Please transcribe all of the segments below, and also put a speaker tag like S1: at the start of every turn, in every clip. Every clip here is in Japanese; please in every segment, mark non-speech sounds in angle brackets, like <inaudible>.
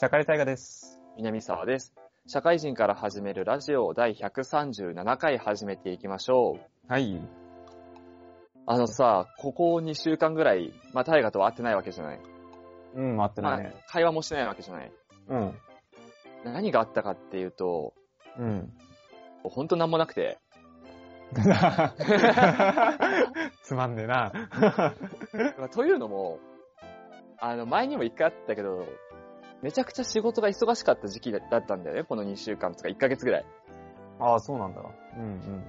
S1: 社会大河です。
S2: 南沢です。社会人から始めるラジオを第137回始めていきましょう。
S1: はい。
S2: あのさ、ここ2週間ぐらい、まあ、大河とは会ってないわけじゃない。
S1: うん、待って
S2: ま
S1: な
S2: あ
S1: いね。、
S2: 会話もしてないわけじゃない。
S1: うん。
S2: 何があったかっていうと、
S1: <laughs> うん。
S2: ほんとなんもなくて。
S1: つまんねえな。
S2: まあというのも、あの、前にも一回あったけど、めちゃくちゃ仕事が忙しかった時期だったんだよね、この2週間とか1ヶ月ぐらい。
S1: ああ、そうなんだ。うん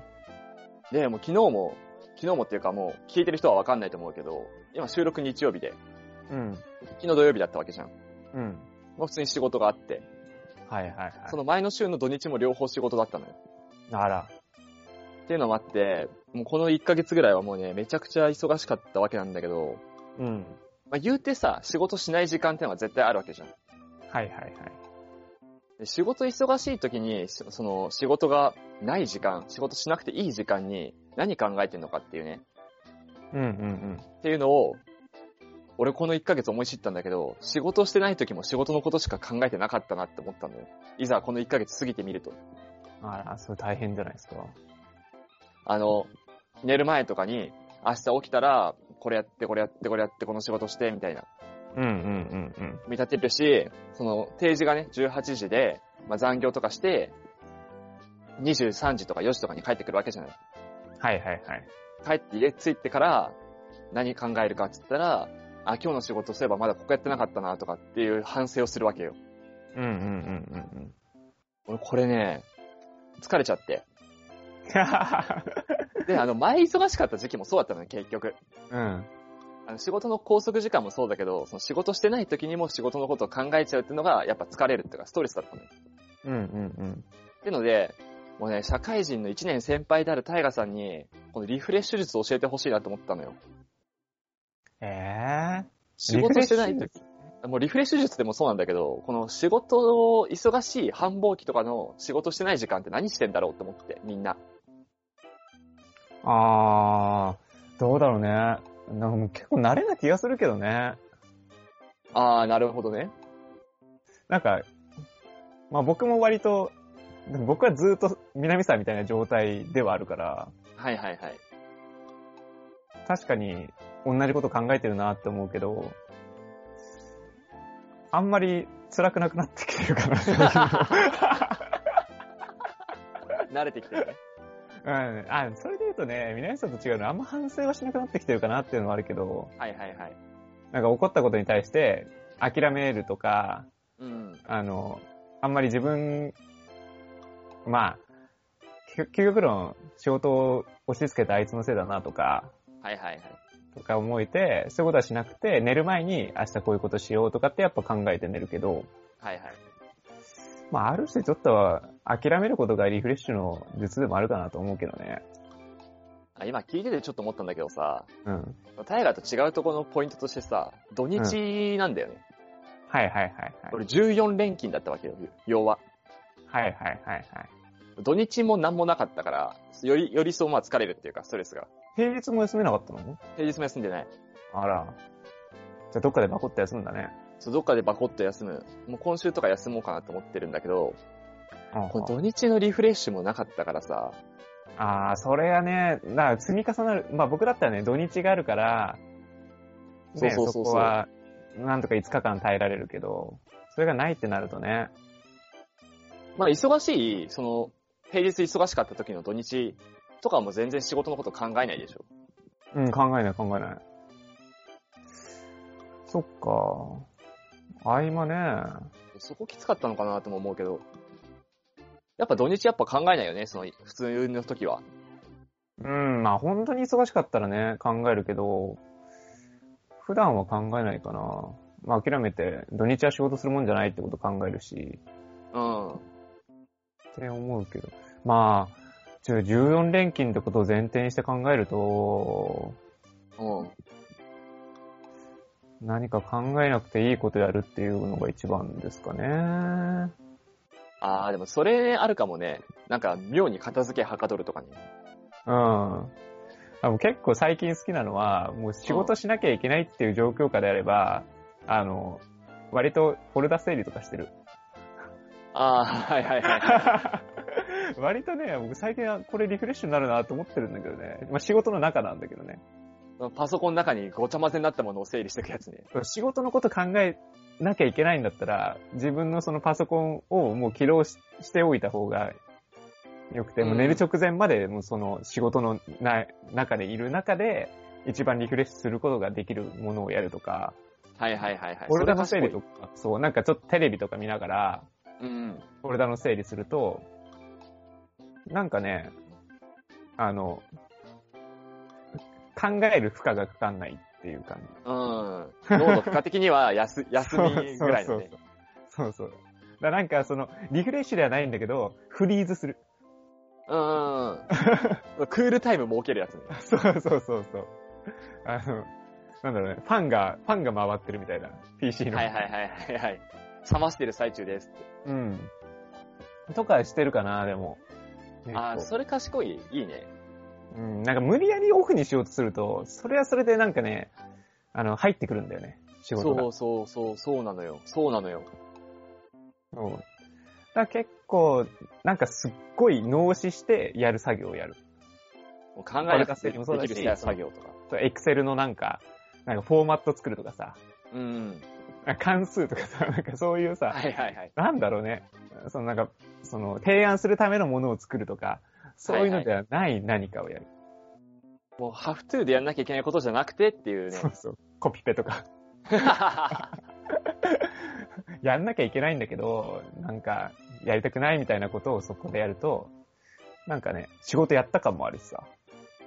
S2: で、もう昨日も、昨日もっていうかもう聞いてる人はわかんないと思うけど、今収録日曜日で、
S1: うん。うん。
S2: 昨日土曜日だったわけじゃん。
S1: うん。
S2: まあ普通に仕事があって、
S1: はいはいはい。
S2: その前の週の土日も両方仕事だったのよ。
S1: あら。
S2: っていうのもあって、もうこの1ヶ月ぐらいはもうね、めちゃくちゃ忙しかったわけなんだけど、
S1: うん。
S2: まあ言うてさ、仕事しない時間ってのは絶対あるわけじゃん。
S1: はいはいはい。
S2: で仕事忙しい時に、そその仕事がない時間、仕事しなくていい時間に何考えてんのかっていうね、
S1: うんうん
S2: っていうのを、俺この1ヶ月思い知ったんだけど、仕事してない時も仕事のことしか考えてなかったなって思ったんだよ。いざこの1ヶ月過ぎてみると。
S1: うん。あら、それ大変じゃないですか。
S2: あの、寝る前とかに、明日起きたら、これやって、これやって、これやって、この仕事して、みたいな、
S1: うんうんうん
S2: 見立てるし、その、定時がね、18時で、まあ、残業とかして、23時とか4時とかに帰ってくるわけじゃない。
S1: うん。はいはいはい。
S2: 帰って家着いてから、何考えるかって言ったら、あ、今日の仕事すればまだここやってなかったな、とかっていう反省をするわけよ。
S1: うんうんうんうんうん。
S2: 俺、これね、疲れちゃって。で、あの、前忙しかった時期もそうだったのよ、結局。
S1: うん。
S2: あの仕事の拘束時間もそうだけど、その仕事してない時にも仕事のことを考えちゃうっていうのが、やっぱ疲れるっていうか、ストレスだったのよ。
S1: うんうん
S2: ってので、もうね、社会人の1年先輩であるタイガさんに、このリフレッシュ術を教えてほしいなと思ったのよ。
S1: うん。え
S2: 仕事してな
S1: リ
S2: い
S1: フレッ
S2: 時。もうリフレッシュ術でもそうなんだけど、この仕事を忙しい繁忙期とかの仕事してない時間って何してんだろうと思って、みんな。
S1: ー、あー、どうだろうね。なんかもう結構慣れな気がするけどね。
S2: あー、なるほどね。
S1: なんか、まあ僕も割と、でも僕はずっと南沢みたいな状態ではあるから、
S2: はいはい <laughs> はい。
S1: 確かに同じこと考えてるなって思うけど、あんまり辛くなくなってきてるかな最
S2: <laughs> 慣れてきてるね。
S1: 近うん。あ、それで言うとね、南沢と違うのはあんま反省はしなくなってきてるかなっていうのはあるけど、
S2: はいはいはい。
S1: なんか起こったことに対して諦めるとか、
S2: うん。
S1: あの、あんまり自分、まあ、究究極論仕事を押し付けたあいつのせいだなとか、
S2: はいはいはい。
S1: とか思えて、そういうことはしなくて、寝る前に明日こういうことしようとかってやっぱ考えて寝るけど、
S2: はいはい。
S1: まあある種ちょっとは諦めることがリフレッシュの術でもあるかなと思うけどね。
S2: あ今聞いててちょっと思ったんだけどさ、
S1: うん。
S2: タイガーと違うところのポイントとしてさ、土日なんだよね。
S1: はいはいはいはい。
S2: 俺14連勤だったわけよ、要は。
S1: はいはいはいはい。
S2: 土日も何もなかったから、より、よりそうまあ疲れるっていうか、ストレスが。
S1: 平日も休めなかったの
S2: 平日も休んでない。
S1: あら。じゃあどっかでバコって休んだね。
S2: そうどっかでバコッと休む。もう今週とか休もうかなと思ってるんだけど、
S1: うん
S2: この土日のリフレッシュもなかったからさ、
S1: ああ、それはね、な積み重なる。まあ僕だったらね、土日があるから、ね、
S2: そうそうそうそう
S1: そこは、なんとか5日間耐えられるけど、それがないってなるとね、
S2: まあ忙しい、その、平日忙しかった時の土日とかはもう全然仕事のこと考えないでしょ。
S1: うん、考えない考えない。そっか。合間ね。
S2: そこきつかったのかなとも思うけど、やっぱ土日やっぱ考えないよね、その普通の時は。
S1: うん、まあ本当に忙しかったらね、考えるけど、普段は考えないかな。まあ諦めて、土日は仕事するもんじゃないってこと考えるし、
S2: うん。
S1: って思うけど。まあ、ちょ14連勤ってことを前提にして考えると、
S2: うん。
S1: 何か考えなくていいことやるっていうのが一番ですかね。
S2: ああ、でもそれねあるかもね。なんか、妙に片付けはかどるとかね。
S1: うん。あの結構最近好きなのは、もう仕事しなきゃいけないっていう状況下であれば、あの、割とフォルダ整理とかしてる。
S2: ああ、はいはいはい。
S1: 割とね、僕最近はこれリフレッシュになるなと思ってるんだけどね。まあ、仕事の中なんだけどね。
S2: <laughs> パソコンの中にごちゃ混ぜになったものを整理していくやつね。
S1: 仕事のこと考えなきゃいけないんだったら、自分のそのパソコンをもう起動ししておいた方が良くて、もう寝る直前までもうその仕事のな中でいる中で、一番リフレッシュすることができるものをやるとか、
S2: はいはいはいはい。
S1: フォルダの整理
S2: そ
S1: と
S2: れ
S1: か、そう、なんかちょっとテレビとか見ながら、
S2: 賢いうん
S1: フォルダの整理すると、なんかね、あの、考える負荷がかかんないっていう感じ。
S2: うん。うん。脳の負荷的には休、休みぐらい
S1: そうそうそ
S2: のね。
S1: う。そうそうだからなんかその、リフレッシュではないんだけど、フリーズする。
S2: うんうんうん。クールタイム設けるやつね。
S1: そうそうそうそう。あの、なんだろうね、ファンが、ファンが回ってるみたいな、PC の。
S2: はいはいはいはいはい。冷ましてる最中ですって。
S1: うん。とかしてるかな、でも。結構
S2: ああ、それ賢い。いいね。
S1: うん、なんか無理やりオフにしようとすると、それはそれでなんかね、あの、入ってくるんだよね、仕事が。
S2: そうそうそう、そうなのよ。そうなのよ。
S1: そう。だから結構、なんかすっごい脳死してやる作業をやる。
S2: もう考え
S1: これ
S2: なくて
S1: が整理
S2: も
S1: もそう
S2: で
S1: だ
S2: き
S1: し
S2: るし、作業とか。
S1: エクセルのなんか、なんかフォーマット作るとかさ、
S2: うん。
S1: なんか関数とかさ、なんかそういうさ、
S2: <laughs> はいはいはい。
S1: なんだろうね。そのなんか、その提案するためのものを作るとか、そういうのではない何かをやる。
S2: もう、ハフトゥーでやんなきゃいけないことじゃなくてって <laughs> いうね。
S1: そうそう。コピペとか。 <laughs> やんなきゃいけないんだけど、なんか、やりたくないみたいなことをそこでやると、なんかね、仕事やった感もあるしさ。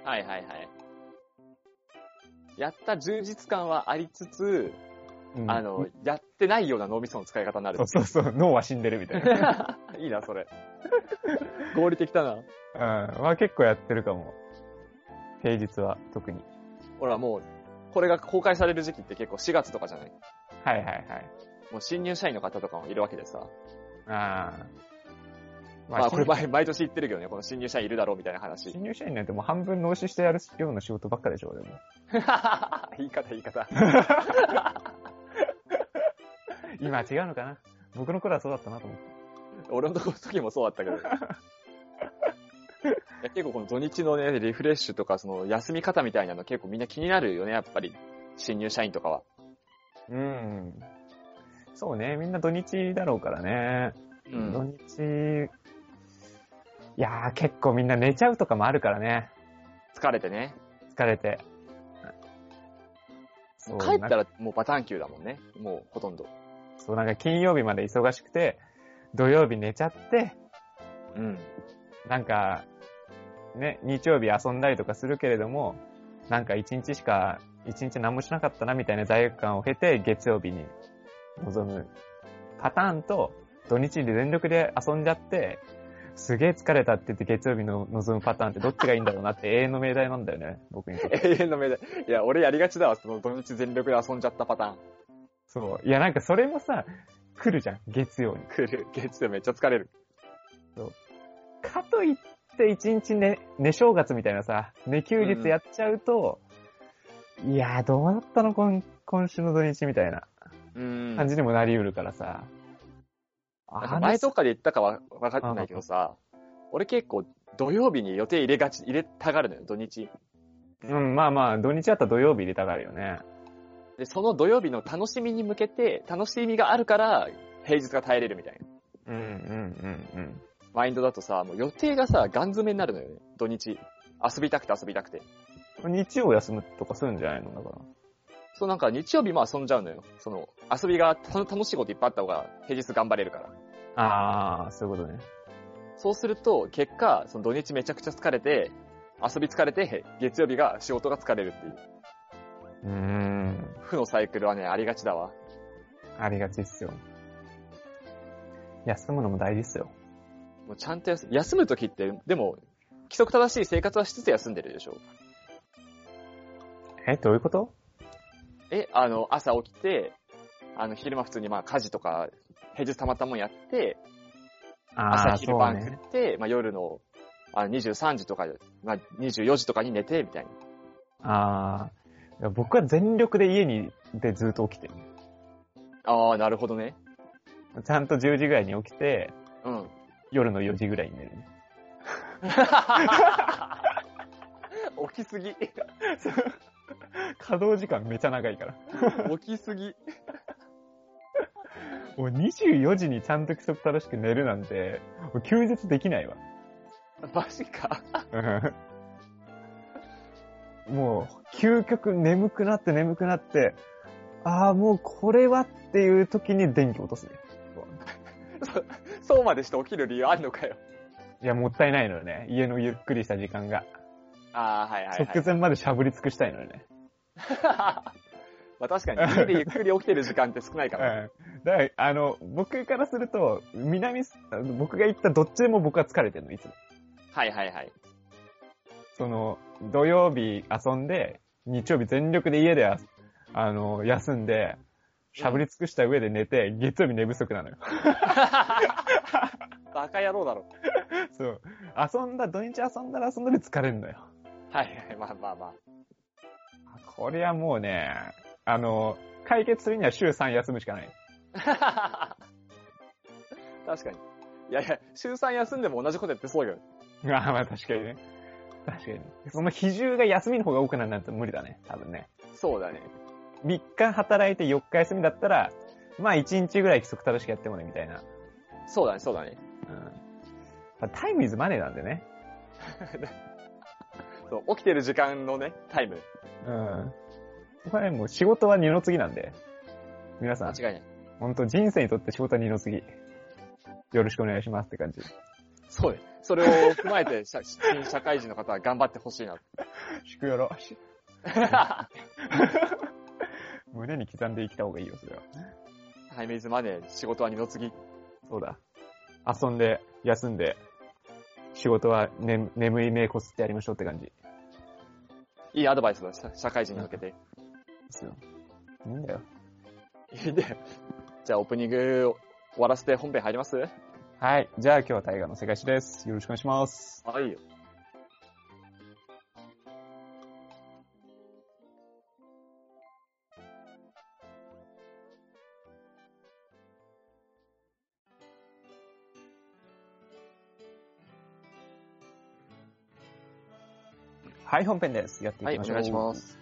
S2: はいはいはい。やった充実感はありつつ、
S1: うん
S2: あの、やってないような脳みその使い方になる
S1: そう。そうそう、脳は死んでるみたいな。
S2: <laughs>
S1: <laughs>
S2: いいな、それ。合理的だな。
S1: うん。まあ結構やってるかも。平日は特に。
S2: ほら、もう、これが公開される時期って結構4月とかじゃない
S1: はいはいはい。
S2: もう新入社員の方とかもいるわけでさ。
S1: ああ。
S2: まあ、これ毎毎年言ってるけどね、この新入社員いるだろうみたいな話。
S1: 新入社員なんてもう半分脳死してやるような仕事ばっかでしょ、でも。
S2: <laughs> 言い方言い方。
S1: 今は違うのかな僕の頃はそうだったなと思って。
S2: 俺のとこの時もそうだったけ <laughs> ど。いや結構この土日のね、リフレッシュとか、その休み方みたいなの結構みんな気になるよね、やっぱり。新入社員とかは。
S1: うん。そうね、みんな土日だろうからね。
S2: うん。
S1: 土日、いやー結構みんな寝ちゃうとかもあるからね。
S2: 疲れてね。
S1: 疲れて。そう
S2: 帰っ
S1: な
S2: た
S1: んから
S2: もうバターン級だもんね。もうほとんど。
S1: そう、なんか金曜日まで忙しくて、土曜日寝ちゃって、
S2: うん。
S1: なんか、ね、日曜日遊んだりとかするけれども、なんか一日しか、一日何もしなかったなみたいな罪悪感を経て、月曜日に臨むパターンと、土日で全力で遊んじゃって、すげえ疲れたって言って月曜日の望むパターンってどっちがいいんだろうなって永遠の命題なんだよね、僕にとって。
S2: 永遠の目で。いや、俺やりがちだわ、その土日全力で遊んじゃったパターン。
S1: そう。いや、なんかそれもさ、来るじゃん、月曜に。
S2: 来る。月曜めっちゃ疲れる。
S1: かといって一日ね、寝正月みたいなさ、寝休日やっちゃうと、いやーどうだったの今、今週の土日みたいな
S2: うん
S1: 感じにもなり得るからさ。
S2: なん
S1: あ
S2: か前どっかで言ったかはわかんないけどさ、俺結構土曜日に予定入れがち、入れたがるのよ、土日。
S1: うん、まあまあ、土日だったら土曜日入れたがるよね。
S2: で、その土曜日の楽しみに向けて、楽しみがあるから、平日が耐えれるみたいな。
S1: うん、うん、うん、うん。
S2: マインドだとさ、もう予定がさ、ガン詰めになるのよね、土日。遊びたくて遊びたくて。
S1: 日曜休むとかするんじゃないのだから。
S2: そうなんか日曜日も遊んじゃうのよ。その、遊びがた楽しいこといっぱいあった方が平日頑張れるから。
S1: あー、そういうことね。
S2: そうすると、結果、その土日めちゃくちゃ疲れて、遊び疲れて、月曜日が仕事が疲れるっていう。
S1: うーん、
S2: 負のサイクルはね、ありがちだわ。
S1: ありがちっすよ。休むのも大事っすよ。
S2: もうちゃんと休休むときって、でも、規則正しい生活はしつつ休んでるでしょ。
S1: え、どういうこと
S2: え、あの、朝起きて、あの、昼間普通にまあ家事とか、平日たまったもんやって、朝
S1: あー、そ
S2: 昼
S1: う
S2: 晩
S1: ね
S2: 食。って、まあ夜の、あの23時とか、まあ24時とかに寝て、みたいな。
S1: ああ。いや僕は全力で家にでずっと起きてる。
S2: ああ、なるほどね。
S1: ちゃんと10時ぐらいに起きて、
S2: うん。
S1: 夜の4時ぐらいに寝るね。
S2: 起きすぎ。 <laughs>
S1: 稼働時間めちゃ長いから。
S2: 起きすぎ。
S1: もう24時にちゃんと規則正しく寝るなんて、もう休日できないわ。
S2: マジか。
S1: うんもう、究極眠くなって眠くなって、ああ、もうこれはっていう時に電気落とすね。
S2: そうまでして起きる理由あるのかよ。
S1: いや、もったいないのよね。家のゆっくりした時間が。
S2: ああ、はいはい、はい
S1: 直。前までしゃぶり尽くしたいのよね。
S2: <laughs> まあ確かに、家でゆっくり起きてる時間って少ないから。
S1: うん。だから、あの、僕からすると、南す、あの僕が行ったどっちでも僕は疲れてるの、いつも。
S2: はいは
S1: <laughs>
S2: いはい。
S1: その、土曜日遊んで、日曜日全力で家であ、あの、休んで、しゃぶり尽くした上で寝て、月曜日寝不足なのよ。 <laughs>
S2: バカ野郎だろ。
S1: そう。遊んだ、土日遊んだら遊んだで疲れるのよ。
S2: はいはい、まあまあまあ。
S1: これはもうね、あの、解決するには週3休むしかない。 <laughs>
S2: <laughs> 確かに。いやいや、週3休んでも同じことやってそうよ。
S1: ああ、まあ確かにね。確かに。その比重が休みの方が多くなるなんて無理だね。多分ね。
S2: そうだね。
S1: 3日働いて4日休みだったら、まあ1日ぐらい規則正しくやってもね、みたいな。
S2: そうだね、そうだね。
S1: うん。まあタイムイズマネーなんでね。
S2: そう、起きてる時間のね、タイム。
S1: うん。これもう仕事は二の次なんで。皆さ
S2: 間
S1: ん、
S2: 違いない。
S1: ほんと人生にとって仕事は二の次。よろしくお願いしますって感じ。
S2: そうね。それを踏まえて、社新社会人の方は頑張ってほしい <laughs> な。
S1: 祝よろ。胸に刻んで生きた方がいいよ、それは。
S2: タイムイズマネー、仕事は二の次。
S1: そうだ。遊んで、休んで、仕事は、ね、眠い目こすってやりましょうって感じで
S2: いいアドバイスだ、社社会人に向けて。
S1: すよ。いいんだよ。
S2: いいね。じゃあオープニング終わらせて本編入りますは
S1: はい。じゃあ今日は大河の世界史です。よろしくお願いします。
S2: いよ。
S1: はい、本編です。やってい
S2: は
S1: き
S2: い、お
S1: ましょう。
S2: 願いします。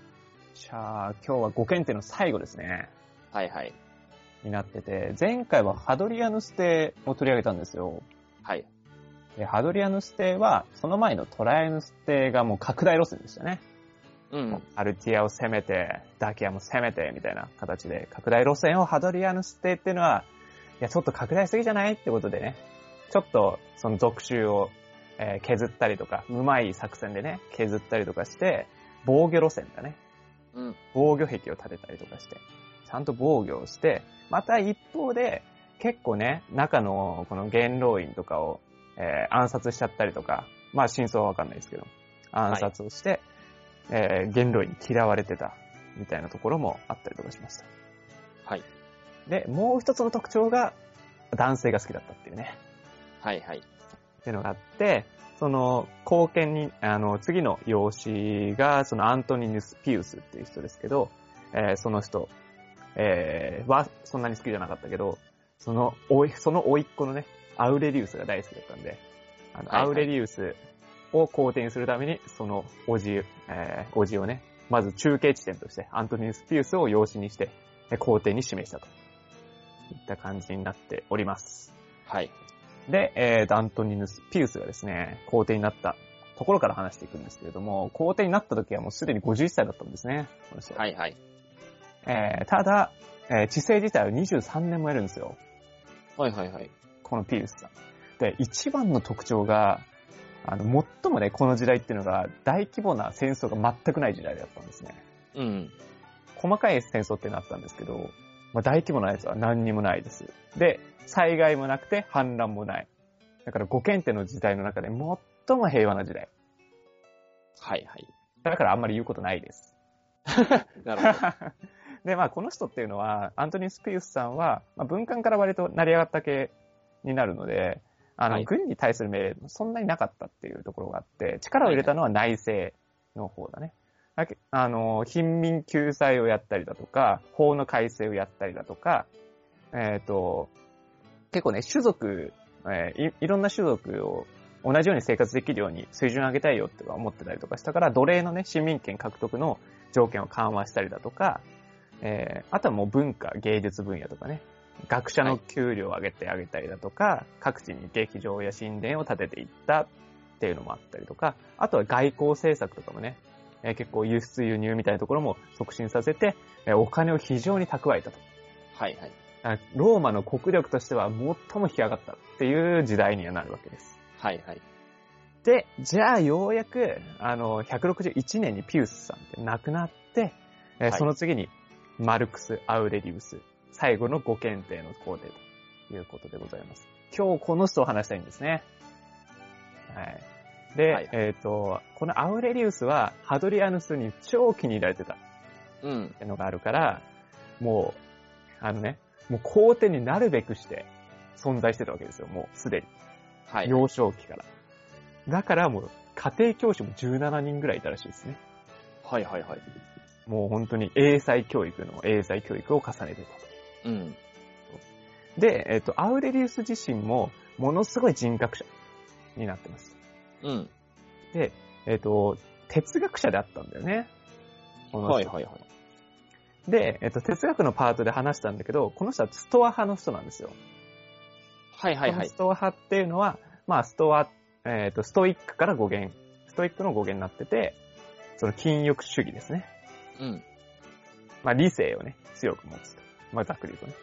S1: じゃあ、今日は5検定の最後ですね。
S2: はいはい。
S1: になってて、前回はハドリアヌス帝を取り上げたんですよ。
S2: はい。
S1: でハドリアヌス帝は、その前のトライアヌス帝がもう拡大路線でしたね。
S2: うん。
S1: アルティアを攻めて、ダキアも攻めて、みたいな形で、拡大路線をハドリアヌス帝っていうのは、いや、ちょっと拡大しすぎじゃないってことでね、ちょっと、その属州を、えー削ったりとか、うまい作戦でね、削ったりとかして、防御路線だね。
S2: うん。
S1: 防御壁を建てたりとかして、ちゃんと防御をして、また一方で、結構ね、中のこの元老院とかを、えー暗殺しちゃったりとか、まあ真相はわかんないですけど、暗殺をして、えー元老院に嫌われてた、みたいなところもあったりとかしました。
S2: はい。
S1: で、もう一つの特徴が、男性が好きだったっていうね。
S2: はいはい。
S1: っていうのがあって、その、後見に、あの、次の養子が、そのアントニヌス・ピウスっていう人ですけど、えーその人、えーは、そんなに好きじゃなかったけど、その、おい、その甥っ子のね、アウレリウスが大好きだったんで、あの、
S2: はいはい
S1: アウレリウスを後転するために、その、おじ、えー、おじをね、まず中継地点として、アントニヌス・ピウスを養子にして、え皇帝に示したと。いった感じになっております。
S2: はい。
S1: で、えーと、アントニヌス・ピウスがですね、皇帝になったところから話していくんですけれども、皇帝になった時はもうすでに51歳だったんですね。この人
S2: はいはい。
S1: えーただ、えー治世自体は23年もやるんですよ。
S2: はいはいはい。
S1: このピウスさん。で、一番の特徴が、あの、最もね、この時代っていうのが、大規模な戦争が全くない時代だったんですね。
S2: うん。
S1: 細かい戦争ってなったんですけど、まあ、大規模なやつは何にもないです。で、災害もなくて反乱もない。だから五検定の時代の中で最も平和な時代。
S2: はいはい。
S1: だからあんまり言うことないです。 <laughs>
S2: なるほど。
S1: で、まあこの人っていうのは、アントニー・スピウスさんは、まあ、文官から割と成り上がった系になるので、あの、
S2: はい
S1: 軍に対する命令もそんなになかったっていうところがあって、力を入れたのは内政の方だね。だけあの、貧民救済をやったりだとか、法の改正をやったりだとか、えっ、と、結構ね、種族、えーい、いろんな種族を同じように生活できるように水準上げたいよって思ってたりとかしたから、奴隷のね、市民権獲得の条件を緩和したりだとか、えーあとはもう文化、芸術分野とかね、学者の給料を上げてあげたりだとか、各地に劇場や神殿を建てていったっていうのもあったりとか、あとは外交政策とかもね、えー結構輸出輸入みたいなところも促進させて、えーお金を非常に蓄えたと。
S2: はいはい。
S1: あローマの国力としては最も引き上がったっていう時代にはなるわけです。
S2: はいはい。
S1: で、じゃあようやく、あの、161年にピウスさんって亡くなって、えー
S2: はい
S1: その次にマルクス・アウレリウス、最後の5検定の皇帝ということでございます。今日この人を話したいんですね。はい。で、
S2: はい
S1: えっ、と、このアウレリウスはハドリアヌスに超気に入られてた。
S2: うん
S1: っ。てのがあるから、もう、あのね、もう皇帝になるべくして存在してたわけですよ、もうすで
S2: はい。
S1: に。幼少期から。だからもう、家庭教師も17人ぐらいいたらしいですね。
S2: はいはいはい。
S1: もう本当に英才教育の英才教育を重ねてたと。
S2: うん。
S1: で、えっ、と、アウレリウス自身も、ものすごい人格者になってます。
S2: うん。
S1: で、えっ、と、哲学者であったんだよね。この人
S2: はいはいはい。
S1: で、えっ、と、哲学のパートで話したんだけど、この人はストア派の人なんですよ。
S2: はいはいは
S1: この
S2: い
S1: ス。トア派っていうのは、まあ、ストア、えっ、と、ストイックから語源、ストイックの語源になってて、その禁欲主義ですね。
S2: うん。
S1: まあ、理性をね、強く持つと。まあ、ざっくり言うとね。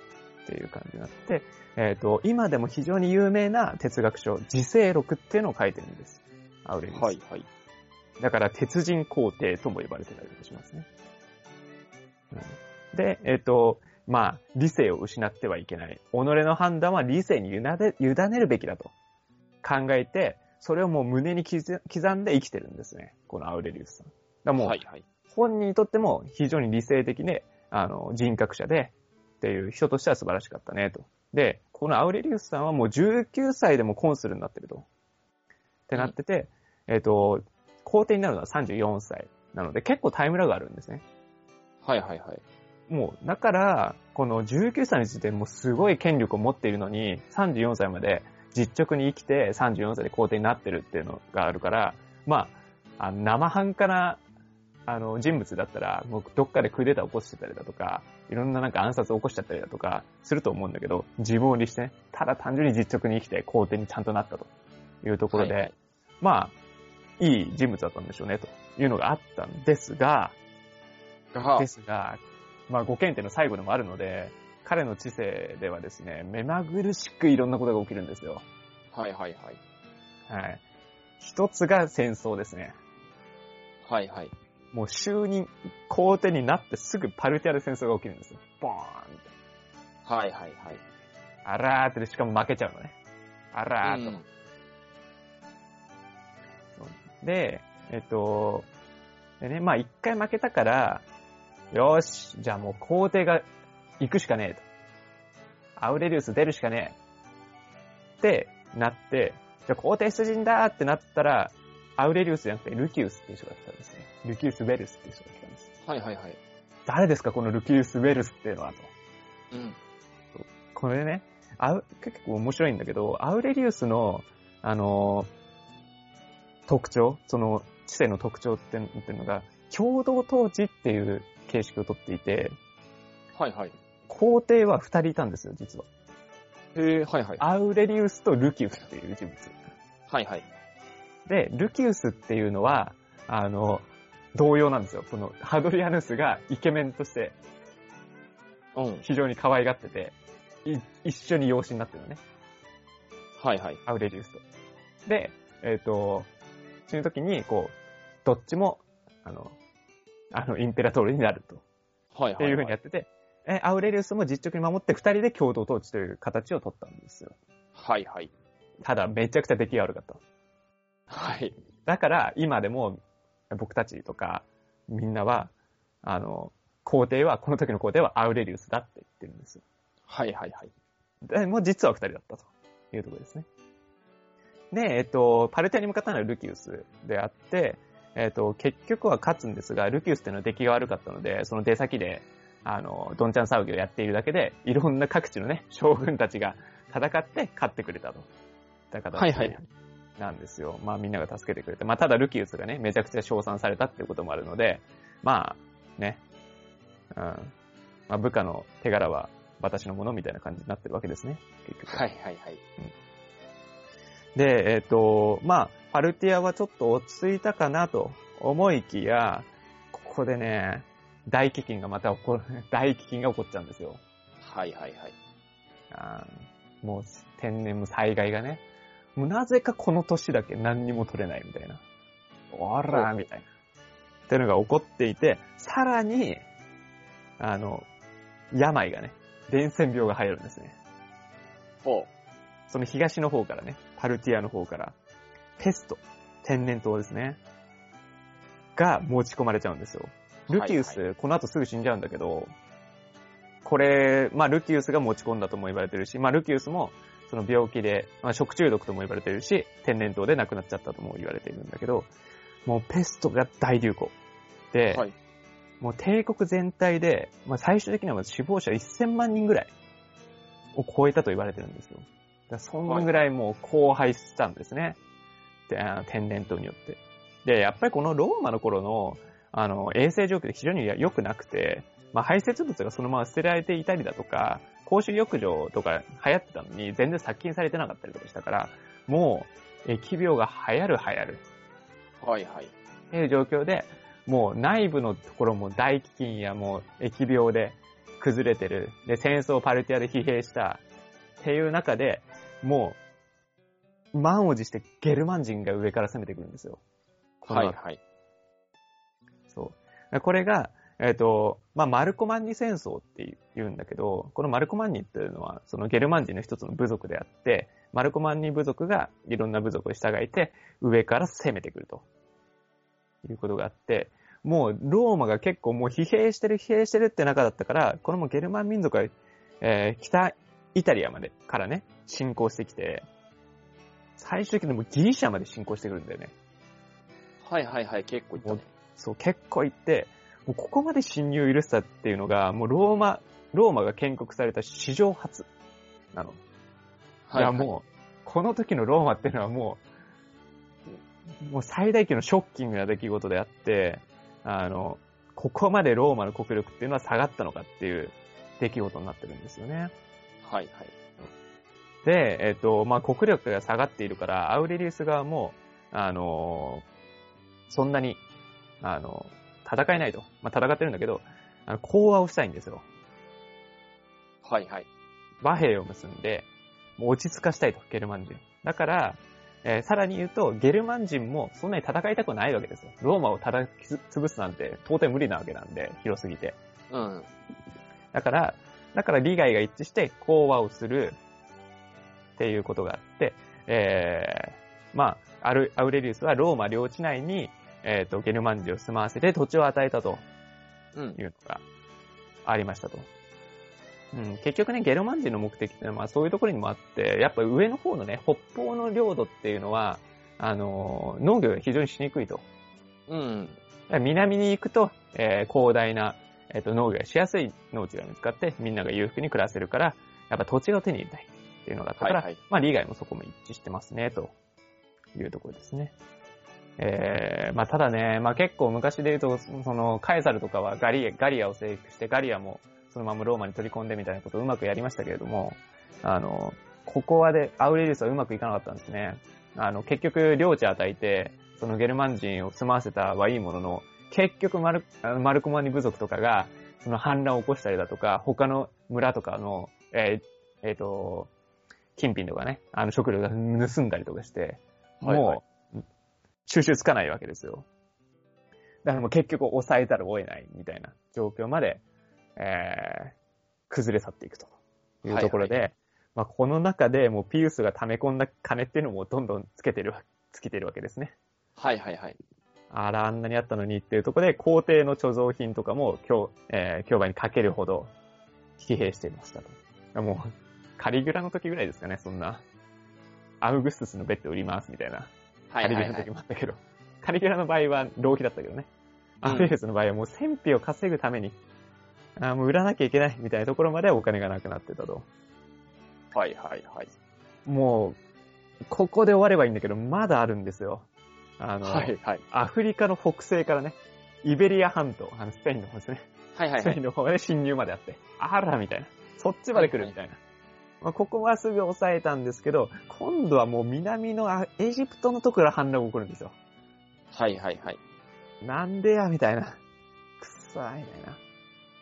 S1: っていう感じになって、えっ、と、今でも非常に有名な哲学書、自世録っていうのを書いてるんです。アウレリウス。
S2: はいはい。
S1: だから、鉄人皇帝とも呼ばれてたりもしますね。うんで、えっ、と、まあ、理性を失ってはいけない。己の判断は理性に委ね委ねるべきだと考えて、それをもう胸に刻刻んで生きてるんですね。このアウレリウスさん。だからもう、
S2: はいはい。
S1: 本人にとっても非常に理性的で、あの、人格者で、っていう人としては素晴らしかったね、と。で、このアウレリウスさんはもう19歳でもコンスルになってると。ってなってて、えっ、と、皇帝になるのは34歳なので、結構タイムラグあるんですね。
S2: はいはいはい。
S1: もう、だから、この19歳の時点でもうすごい権力を持っているのに、34歳まで実直に生きて34歳で皇帝になってるっていうのがあるから、まあ、あの生半可な、あの、人物だったら、もうどっかでクーデター起こしてたりだとか、いろんななんか暗殺を起こしちゃったりだとか、すると思うんだけど、自分を律してね、ただ単純に実直に生きて皇帝にちゃんとなったというところで、
S2: はいはい
S1: まあ、いい人物だったんでしょうね、というのがあったんですが、
S2: が
S1: ですが、まあ、5検定の最後でもあるので、彼の知性ではですね、目まぐるしくいろんなことが起きるんですよ。
S2: はいはいはい。
S1: はい。一つが戦争ですね。
S2: はいはい。
S1: もう就任、皇帝になってすぐパルティアで戦争が起きるんですよ。ボーンって。
S2: はいはいはい。
S1: あらーってで、しかも負けちゃうのね。あらーと。
S2: うん
S1: で、えっと、でね、まあ一回負けたから、よーし、じゃあもう皇帝が行くしかねえと。アウレリウス出るしかねえ。ってなって、じゃあ皇帝出陣だーってなったら、アウレリウスじゃなくてルキウスっていう人が来たんですね。ルキウス・ウェルスっていう人が来たんです。
S2: はいはいはい。
S1: 誰ですかこのルキウス・ウェルスっていうのはと。
S2: うん。
S1: これね、アウ結構面白いんだけど、アウレリウスの、あのー特徴、その、知性の特徴ってっていうのが、共同統治っていう形式をとっていて、
S2: はいはい。
S1: 皇帝は二人いたんですよ、実は。
S2: へえ、はいはい。
S1: アウレリウスとルキウスっていう人物。
S2: はいはい。
S1: で、ルキウスっていうのは、あの、同様なんですよ。この、ハドリアヌスがイケメンとして
S2: うん。
S1: 非常に可愛がってて、い一緒に養子になってるのね。
S2: はいはい。
S1: アウレリウスと。で、えっ、と、死ぬ時に、こう、どっちも、あの、あの、インペラトールになると。
S2: はいはい。
S1: っていう風にやってて、え、アウレリウスも実直に守って二人で共同統治という形を取ったんですよ。
S2: はいはい。
S1: ただ、めちゃくちゃ出来が悪かった。
S2: はい。
S1: だから、今でも、僕たちとか、みんなは、あの、皇帝は、この時の皇帝はアウレリウスだって言ってるんですよ。
S2: はいはいはい。
S1: でも実は二人だったというところですね。で、えっと、パルテアに向かったのはルキウスであって、えっと、結局は勝つんですが、ルキウスっていうのは出来が悪かったので、その出先で、あの、どんちゃん騒ぎをやっているだけで、いろんな各地のね、将軍たちが戦って勝ってくれたと。だから、
S3: はいはい。
S1: なんですよ。まあみんなが助けてくれて。まあただルキウスがね、めちゃくちゃ称賛されたっていうこともあるので、まあ、ね。うん。まあ部下の手柄は私のものみたいな感じになってるわけですね。結局。
S2: はいはいはい。
S1: で、えっ、と、まあ、パルティアはちょっと落ち着いたかなと思いきや、ここでね、大飢饉がまた起こる、 <laughs> 大飢饉が起こっちゃうんですよ。
S2: はいはいはい。
S1: あーもう天然も災害がね。もうなぜかこの年だけ何にも取れないみたいな。あらーみたいな。っていうのが起こっていて、さらに、あの、病がね、伝染病が流行るんですね。
S2: ほ
S1: その東の方からね、パルティアの方から、ペスト、天然痘ですね。が持ち込まれちゃうんですよ。ルキウス、
S2: は
S1: この後すぐ死んじゃうんだけど、これ、まあルキウスが持ち込んだとも言われてるし、まあルキウスもその病気で、まあ食中毒とも言われてるし、天然痘で亡くなっちゃったとも言われているんだけど、もうペストが大流行。で、
S2: はい
S1: もう帝国全体で、まあ最終的にはまず死亡者1000万人ぐらいを超えたと言われてるんですよ。だからそんぐらいもう荒廃したんですね。であの天然痘によって。で、やっぱりこのローマの頃の、あの、衛生状況で非常に良くなくて、まあ、排泄物がそのまま捨てられていたりだとか、公衆浴場とか流行ってたのに全然殺菌されてなかったりとかしたから、もう、疫病が流行る流行る。
S2: う。はいはい。
S1: っていう状況で、もう内部のところも大飢饉やもう疫病で崩れてる。で、戦争をパルティアで疲弊した。っていう中で、もう、満を持してゲルマン人が上から攻めてくるんですよ。この
S2: はいはい。
S1: そう。これが、えっ、と、まあ、マルコマンニ戦争って言うんだけど、このマルコマンニっていうのは、そのゲルマン人の一つの部族であって、マルコマンニ部族がいろんな部族を従えて、上から攻めてくると。いうことがあって、もうローマが結構もう疲弊してる疲弊してるって中だったから、このもうゲルマン民族は、えー北イタリアまでからね、侵攻してきて、最終的にもうギリシャまで侵攻してくるんだよね。
S2: はいはいはい。結構いったね。
S1: そう、結構行って、もうここまで侵入を許したっていうのが、もうローマ、ローマが建国された史上初なの。い
S2: はい
S1: や、
S2: は
S1: もう、この時のローマっていうのはもう、もう最大級のショッキングな出来事であって、あの、ここまでローマの国力っていうのは下がったのかっていう出来事になってるんですよね。
S2: はいはい。
S1: で、えっ、と、まあ、国力が下がっているから、アウレリウス側も、あのーそんなに、あの戦えないと。まあ、戦ってるんだけど、あの、講和をしたいんですよ。
S2: はいはい。
S1: 和平を結んで、もう落ち着かしたいと、ゲルマン人。だから、えーさらに言うと、ゲルマン人もそんなに戦いたくないわけですよ。ローマを叩き潰すなんて、到底無理なわけなんで、広すぎて。
S2: うん。
S1: だから、だから利害が一致して講和をするっていうことがあって、えー、まあ、アルアウレリウスはローマ領地内に、えっ、と、ゲルマン人を住まわせて土地を与えたと
S2: うん
S1: い。うのがありましたと。うん、結局ね、ゲルマン人の目的ってのは、まあそういうところにもあって、やっぱ上の方のね、北方の領土っていうのは、あのー農業が非常にしにくいと。
S2: うん。
S1: 南に行くと、えー広大な、えーと農業がしやすい農地が見つかって、みんなが裕福に暮らせるから、やっぱ土地が手に入れたいっていうのがあったか
S2: はい
S1: ら、
S2: はい。
S1: まあ、利害もそこも一致してますね、というところですね。えー、まあ、ただね、まあ、結構昔で言うと、その、カエサルとかはガリア、ガリアを征服して、ガリアもそのままローマに取り込んでみたいなことをうまくやりましたけれども、あの、ここはで、アウレリウスはうまくいかなかったんですね。あの、結局、領地与えて、そのゲルマン人を住まわせたはいいものの、結局マル、あのマルコマニ部族とかが、その反乱を起こしたりだとか、他の村とかの、えーえーと、金品とかね、あの食料が盗んだりとかして、
S2: はいはい
S1: もう、収集つかないわけですよ。だからもう結局抑えざるを得ないみたいな状況まで、えー、崩れ去っていくというところで、まあこの中でもうピウスが溜め込んだ金っていうのもどんどんつけてるわ、つけてるわけですね。
S2: はいはいはい。
S1: あら、あんなにあったのにっていうところで、皇帝の貯蔵品とかも、今日、えー競売にかけるほど、疲弊していましたと。もう、カリグラの時ぐらいですかね、そんな。アウグストゥスのベッド売ります、みたいな。
S2: は
S1: カ
S2: い
S1: リ
S2: は
S1: グ
S2: い
S1: ラの
S2: は
S1: 時
S2: い。
S1: もあったけど。カリグラの場合は、浪費だったけどね。
S2: うん
S1: アウグストゥスの場合はもう、戦費を稼ぐために、あーもう売らなきゃいけないみたいなところまでお金がなくなってたと。
S2: はいはいはい。
S1: もう、ここで終わればいいんだけど、まだあるんですよ。あの、
S2: はいはい。
S1: アフリカの北西からね、イベリア半島、あのスペインの方ですね。
S2: はいはい
S1: スペ
S2: は
S1: イン
S2: い。
S1: の方で侵入まであって、あらみたいな。そっちまで来るみたいな。まあ、ここはすぐ抑えたんですけど、今度はもう南のあエジプトのとこから反乱が起こるんですよ。
S2: はいはいはい。
S1: なんでや、みたいな。くっさい、みたいな。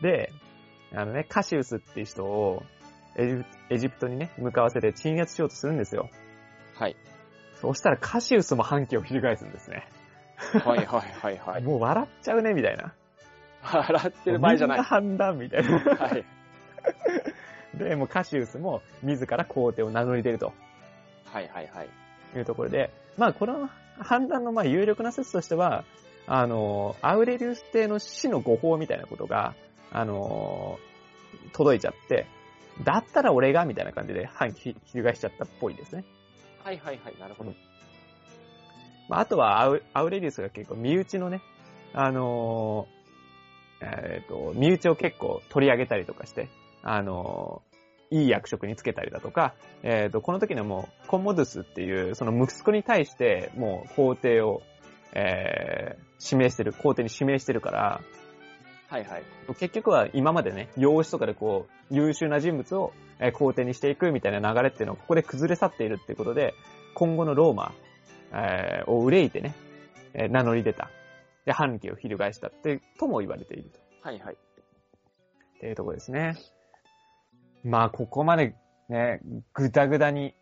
S1: で、あのね、カシウスっていう人をエジプエジプトにね、向かわせて鎮圧しようとするんですよ。
S2: はい。
S1: そうしたらカシウスも反旗を翻すんですね。
S2: はいはいはいはい。
S1: もう笑っちゃうね、みたいな。
S2: 笑ってる場合じゃない。
S1: みん
S2: は
S1: 反乱、みたいな。
S2: い。
S1: で、もうカシウスも自ら皇帝を名乗り出ると。
S2: はいはいはい。
S1: というところで、まあ、この判断のまあ有力な説としては、あの、アウレリウス帝の死の誤報みたいなことが、あの、届いちゃって、だったら俺が、みたいな感じで反旗翻しちゃったっぽいですね。
S2: はいはいはい。なるほど。
S1: まあ、あとはアウアウレリウスが結構身内のね、あの、えっ、と、身内を結構取り上げたりとかして、あの、いい役職につけたりだとか、えっ、と、この時のもう、コモドゥスっていう、その息子に対して、もう皇帝を、えー指名してる、皇帝に指名してるから、
S2: はいはい。
S1: 結局は今までね、養子とかでこう、優秀な人物をえー皇帝にしていくみたいな流れっていうのはここで崩れ去っているっていうことで、今後のローマ、えーを憂いてね、えー名乗り出た。で、反旗を翻したって、とも言われていると。
S2: はいはい。
S1: っていうところですね。まあ、ここまでね、ぐだぐだに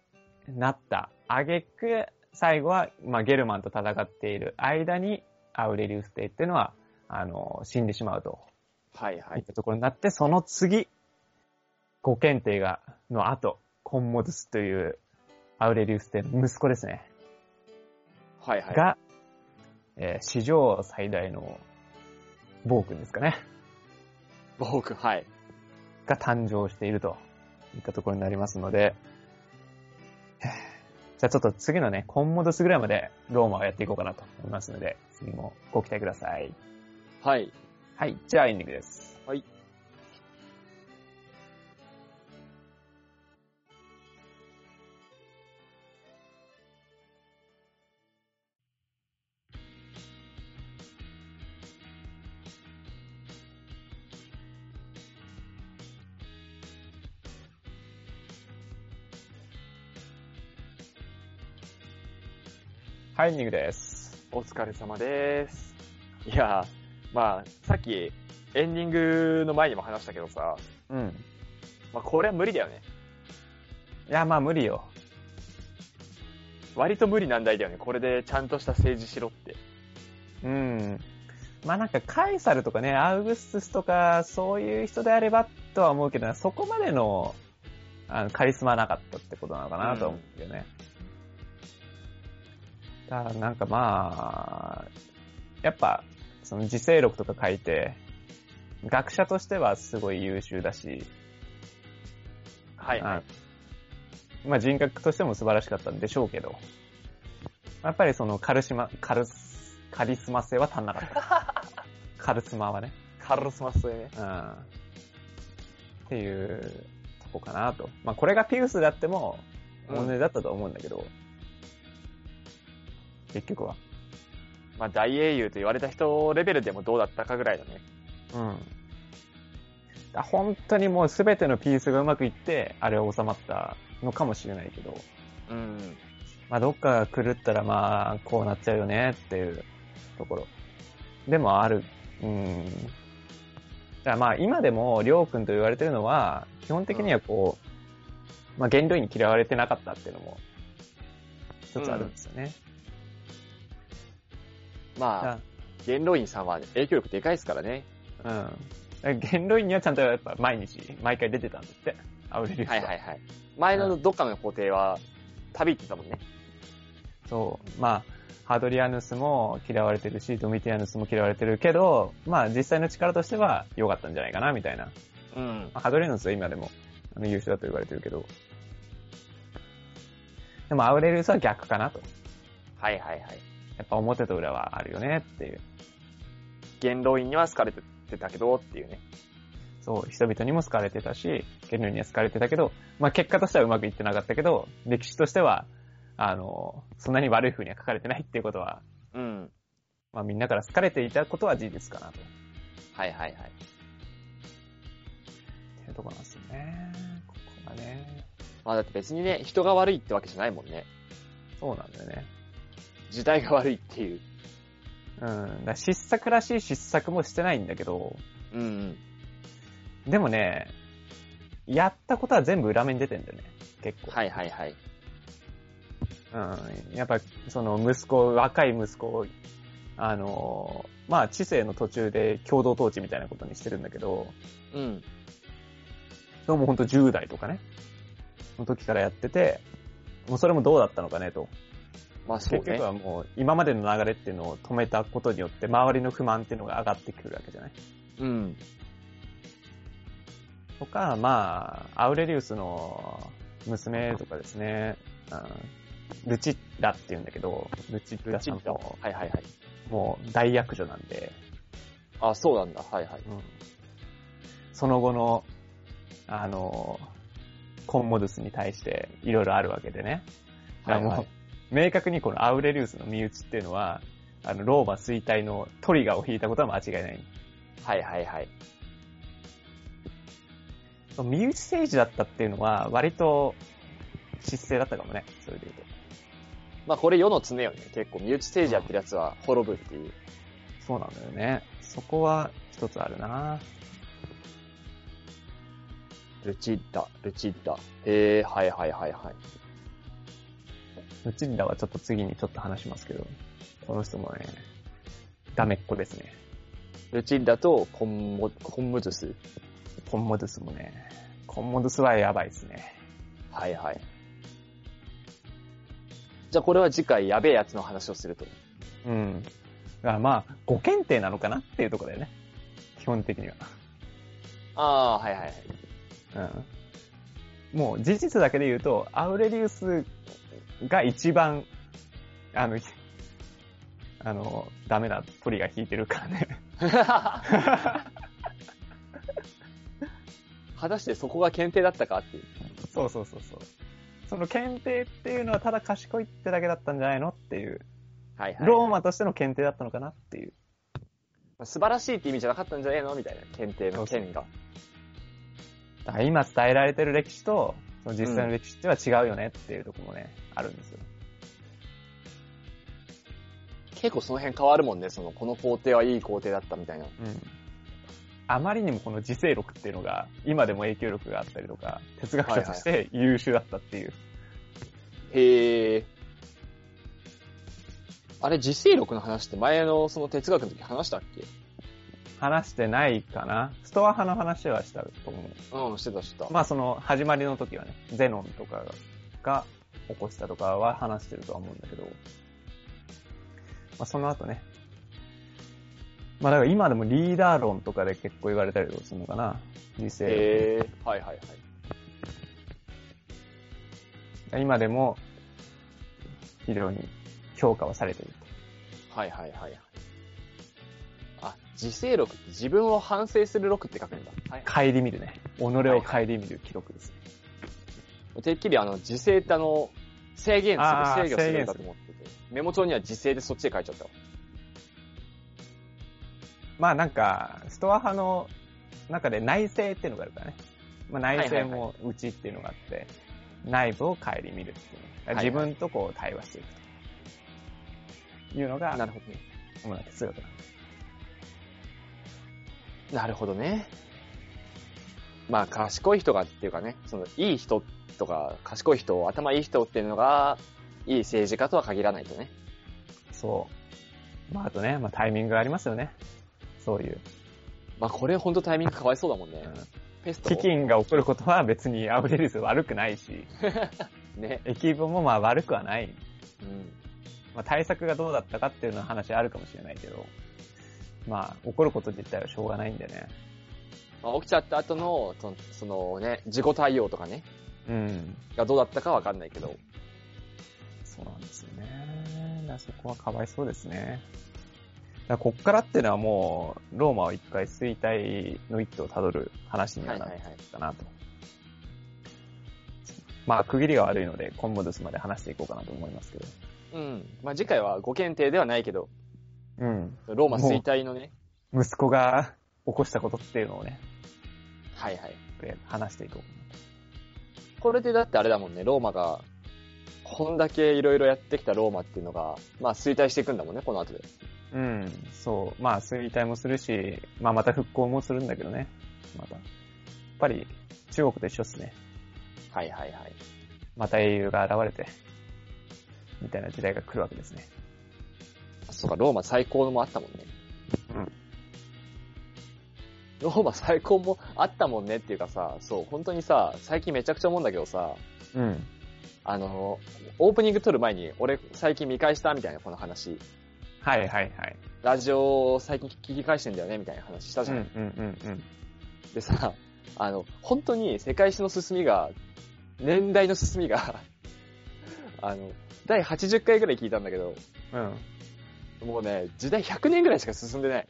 S1: なった。あげく、最後は、まあ、ゲルマンと戦っている間に、アウレリウス帝っていうのは、あの、死んでしまうと。
S2: はいはい
S1: っ
S2: い。
S1: たところになって、その次、五検定が、の後、コンモドゥスという、アウレリウス帝の息子ですね。
S2: はいはい。
S1: が、えー史上最大の暴君ですかね。
S2: 僕、はい。
S1: が誕生しているといったところになりますので、 <sighs> へーじゃあちょっと次のね、コンモドゥスぐらいまでローマをやっていこうかなと思いますので、次もご期待ください。
S2: はい。
S1: はい、じゃあエンディングです。
S2: はい。
S1: はい、エンディングです。
S2: お疲れ様です。いやー、まあ、さっき、エンディングの前にも話したけどさ、
S1: うん。
S2: まあ、これは無理だよね。
S1: いや、まあ無理よ。
S2: 割と無理難題だよね。これでちゃんとした政治しろって。
S1: うん。まあなんかカイサルとかね、アウグストゥスとか、そういう人であればとは思うけどな、そこまでのあのカリスマはなかったってことなのかなとは思うけどね。だからなんかまあ、やっぱ、その自制録とか書いて、学者としてはすごい優秀だし、
S2: はいはい。
S1: うんまあ人格としても素晴らしかったんでしょうけど、やっぱりそのカルシマ、カルス、カリスマ性は足んなかった。
S2: <laughs>
S1: カルスマはね。
S2: カルロスマスね。
S1: うん。っていうとこかなと。まあこれがピウスであっても、
S2: うん
S1: 問題だったと思うんだけど、結局は。
S2: まあ、大英雄と言われた人レベルでもどうだったかぐらいだね。
S1: うん。だ本当にもう全てのピースがうまくいって、あれは収まったのかもしれないけど、
S2: うん。
S1: まあ、どっかが狂ったら、まあ、こうなっちゃうよねっていうところ。でもある。うん。だからまあ、今でも、りょうくんと言われてるのは、基本的にはこう、まあ、元老院に嫌われてなかったっていうのも、一つあるんですよね。
S2: まあ、元老院さんは影響力でかいですからね。
S1: うん。だから元老院にはちゃんとやっぱ毎日、毎回出てたんですって。アウレリウス
S2: は
S1: は。
S2: いはいはい。前のどっかの皇帝は、旅行ってたもんね。
S1: そう。まあ、ハドリアヌスも嫌われてるし、ドミティアヌスも嫌われてるけど、まあ、実際の力としては良かったんじゃないかな、みたいな。
S2: うん。
S1: まあハドレーヌスは今でもあの優秀だと言われてるけど。でもアウレリウスは逆かなと。
S2: はいはいはい。
S1: やっぱ表と裏はあるよねっていう。
S2: 元老院には好かれてたけどっていうね。
S1: そう、人々にも好かれてたし、権力には好かれてたけど、まあ結果としてはうまくいってなかったけど、歴史としては、あの、そんなに悪い風には書かれてないっていうことは、
S2: うん。
S1: まあみんなから好かれていたことは事実かなと。
S2: はいはいはい。
S1: っていうとこなんですよね。ここがね。
S2: まあだって別にね、人が悪いってわけじゃないもんね。
S1: そうなんだよね。
S2: 時代が悪いっていう。
S1: うん。だから失策らしい失策もしてないんだけど、
S2: うんうん。
S1: でもね、やったことは全部裏目に出てんだよね。結構。
S2: はいはいはい。
S1: うん。やっぱ、その息子、若い息子を、あの、まあ知性の途中で共同統治みたいなことにしてるんだけど、
S2: うん。
S1: でもほんと10代とかね、の時からやってて、もうそれもどうだったのかねと。
S2: まあそう
S1: 結
S2: ね
S1: 局。はもう今までの流れっていうのを止めたことによって周りの不満っていうのが上がってくるわけじゃない
S2: うん。
S1: とか、まあ、アウレリウスの娘とかですね、うん、ルチッラって言うんだけど、ルチッラさんも
S2: はいはいはい。
S1: もう大役女なんで、
S2: あ、そうなんだ。はいはい。
S1: うんその後の、あの、コンモドゥスに対していろいろあるわけでね。だからもう
S2: はいはい
S1: 明確にこのアウレリウスの身内っていうのは、あの、ローマ衰退のトリガーを引いたことは間違いない。
S2: はいはいはい。
S1: 身内政治だったっていうのは、割と、失勢だったかもね、それで言うと。
S2: まあこれ世の常よね。結構身内政治やってるやつは滅ぶっていう。
S1: そうなんだよね。そこは一つあるな
S2: ルチッタ、ルチッタ。へえ、はいはいはいはい。
S1: ルチッラはちょっと次にちょっと話しますけど、この人もね、ダメっ子ですね。
S2: ルチッタとコンモ、コンムズス。
S1: コンモドゥスもね、コンモドゥスはやばいですね。
S2: はいはい。じゃあこれは次回やべえやつの話をすると。
S1: うん。だからまあ、ご検定なのかなっていうところだよね。基本的には。
S2: ああー、はいはいはい。
S1: うん。もう事実だけで言うと、アウレリウスが一番、あの、あの、ダメな鳥が引いてるからね。 <laughs>
S2: 果たしてそこが検定だったかっていう。
S1: そうそうそうそう。その検定っていうのはただ賢いってだけだったんじゃないのっていう。
S2: はいはい。
S1: ローマとしての検定だったのかなっていう。
S2: 素晴らしいって意味じゃなかったんじゃねえのみたいな。検定の件が。
S1: だから今伝えられてる歴史と、その実際の歴史っては違うよねっていうところもね、あるんですよ。
S2: 結構その辺変わるもんね。その、この工程はいい工程だったみたいな。
S1: うん。あまりにもこの自制力っていうのが、今でも影響力があったりとか、哲学者として優秀だったっていう。
S2: へえ。あれ、自制力の話って前のその哲学の時話したっけ
S1: 話してないかな。ストア派の話はしたと思う。
S2: うん、してたしてた。
S1: まあその始まりの時はね、ゼノンとかが起こしたとかは話してるとは思うんだけど、まあその後ね、まあだから今でもリーダー論とかで結構言われたりとかするのかな、理性論
S2: へえ。はいはいはい。
S1: 今でも非常に評価はされている
S2: はいはいはいはい。あ、自制録って自分を反省する録って書くんだ。はい。
S1: と。帰り見るね。己を帰り見る記録ですね。
S2: てっきりあの、自制ってあの、制限
S1: あ
S2: す
S1: ー
S2: る、制御するん
S1: 制限
S2: だ
S1: す
S2: と
S1: る
S2: 思ってて。メモ帳には自制でそっちで書いちゃったわ。
S1: まあなんか、ストア派の中で内政っていうのがあるからね。まあ内政も内っていうのがあって、内部を顧みるっていうの。
S2: はいはい
S1: 自分とこう対話していくというのが、
S2: なるほどね。
S1: 主な哲学なんです。
S2: なるほどね。まあ、賢い人がっていうかね、その、いい人とか、賢い人、頭いい人っていうのが、いい政治家とは限らないとね。
S1: そう。まああとね、まあタイミングがありますよね。そういう。
S2: まあ、これほんとタイミングかわいそうだもんね
S1: うん。
S2: ペスト
S1: 飢
S2: も
S1: 饉が起こることは別にアウレリウス悪くないし、
S2: ね。
S1: エキボもまあ悪くはない。
S2: うん。
S1: まあ対策がどうだったかっていうのは話あるかもしれないけど、まあ起こること自体はしょうがないんでね。
S2: まあ、起きちゃった後の、そのそのね、自己対応とかね、
S1: うん。
S2: がどうだったかわかんないけど。
S1: そうなんですよね。だからそこはかわいそうですね。だからこっからってのはもう、ローマを一回衰退の一途をたどる話に
S2: は
S1: はいな
S2: はい
S1: る
S2: はい。
S1: かなと。まあ、区切りが悪いので、今後ですまで話していこうかなと思いますけど。
S2: うん。まあ、次回はご検定ではないけど、
S1: うん。
S2: ローマ衰退のね、
S1: 息子が起こしたことっていうのをね、
S2: はいはい。
S1: 話していこう。
S2: これでだってあれだもんね、ローマが、こんだけいろいろやってきたローマっていうのが、まあ衰退していくんだもんね、この後で。
S1: うん、そう。まあ、衰退もするし、まあ、また復興もするんだけどね。また。やっぱり、中国と一緒っすね。
S2: はいはいはい。
S1: また英雄が現れて、みたいな時代が来るわけですね。
S2: そうか、ローマ最高のもあったもんね。
S1: うん。
S2: ローマ最高もあったもんねっていうかさ、そう、本当にさ、最近めちゃくちゃ思うんだけどさ、
S1: うん。
S2: あの、オープニング撮る前に、俺最近見返したみたいなこの話。
S1: はいはいはい。
S2: ラジオを最近聞き返してんだよねみたいな話したじ
S1: う
S2: ゃ
S1: ん
S2: ん。
S1: うんうん
S2: でさ、あの、本当に世界史の進みが、年代の進みが、 <laughs> あの、第80回ぐらい聞いたんだけど、
S1: うん。うん。
S2: もうね、時代100年ぐらいしか進ん <laughs> でない。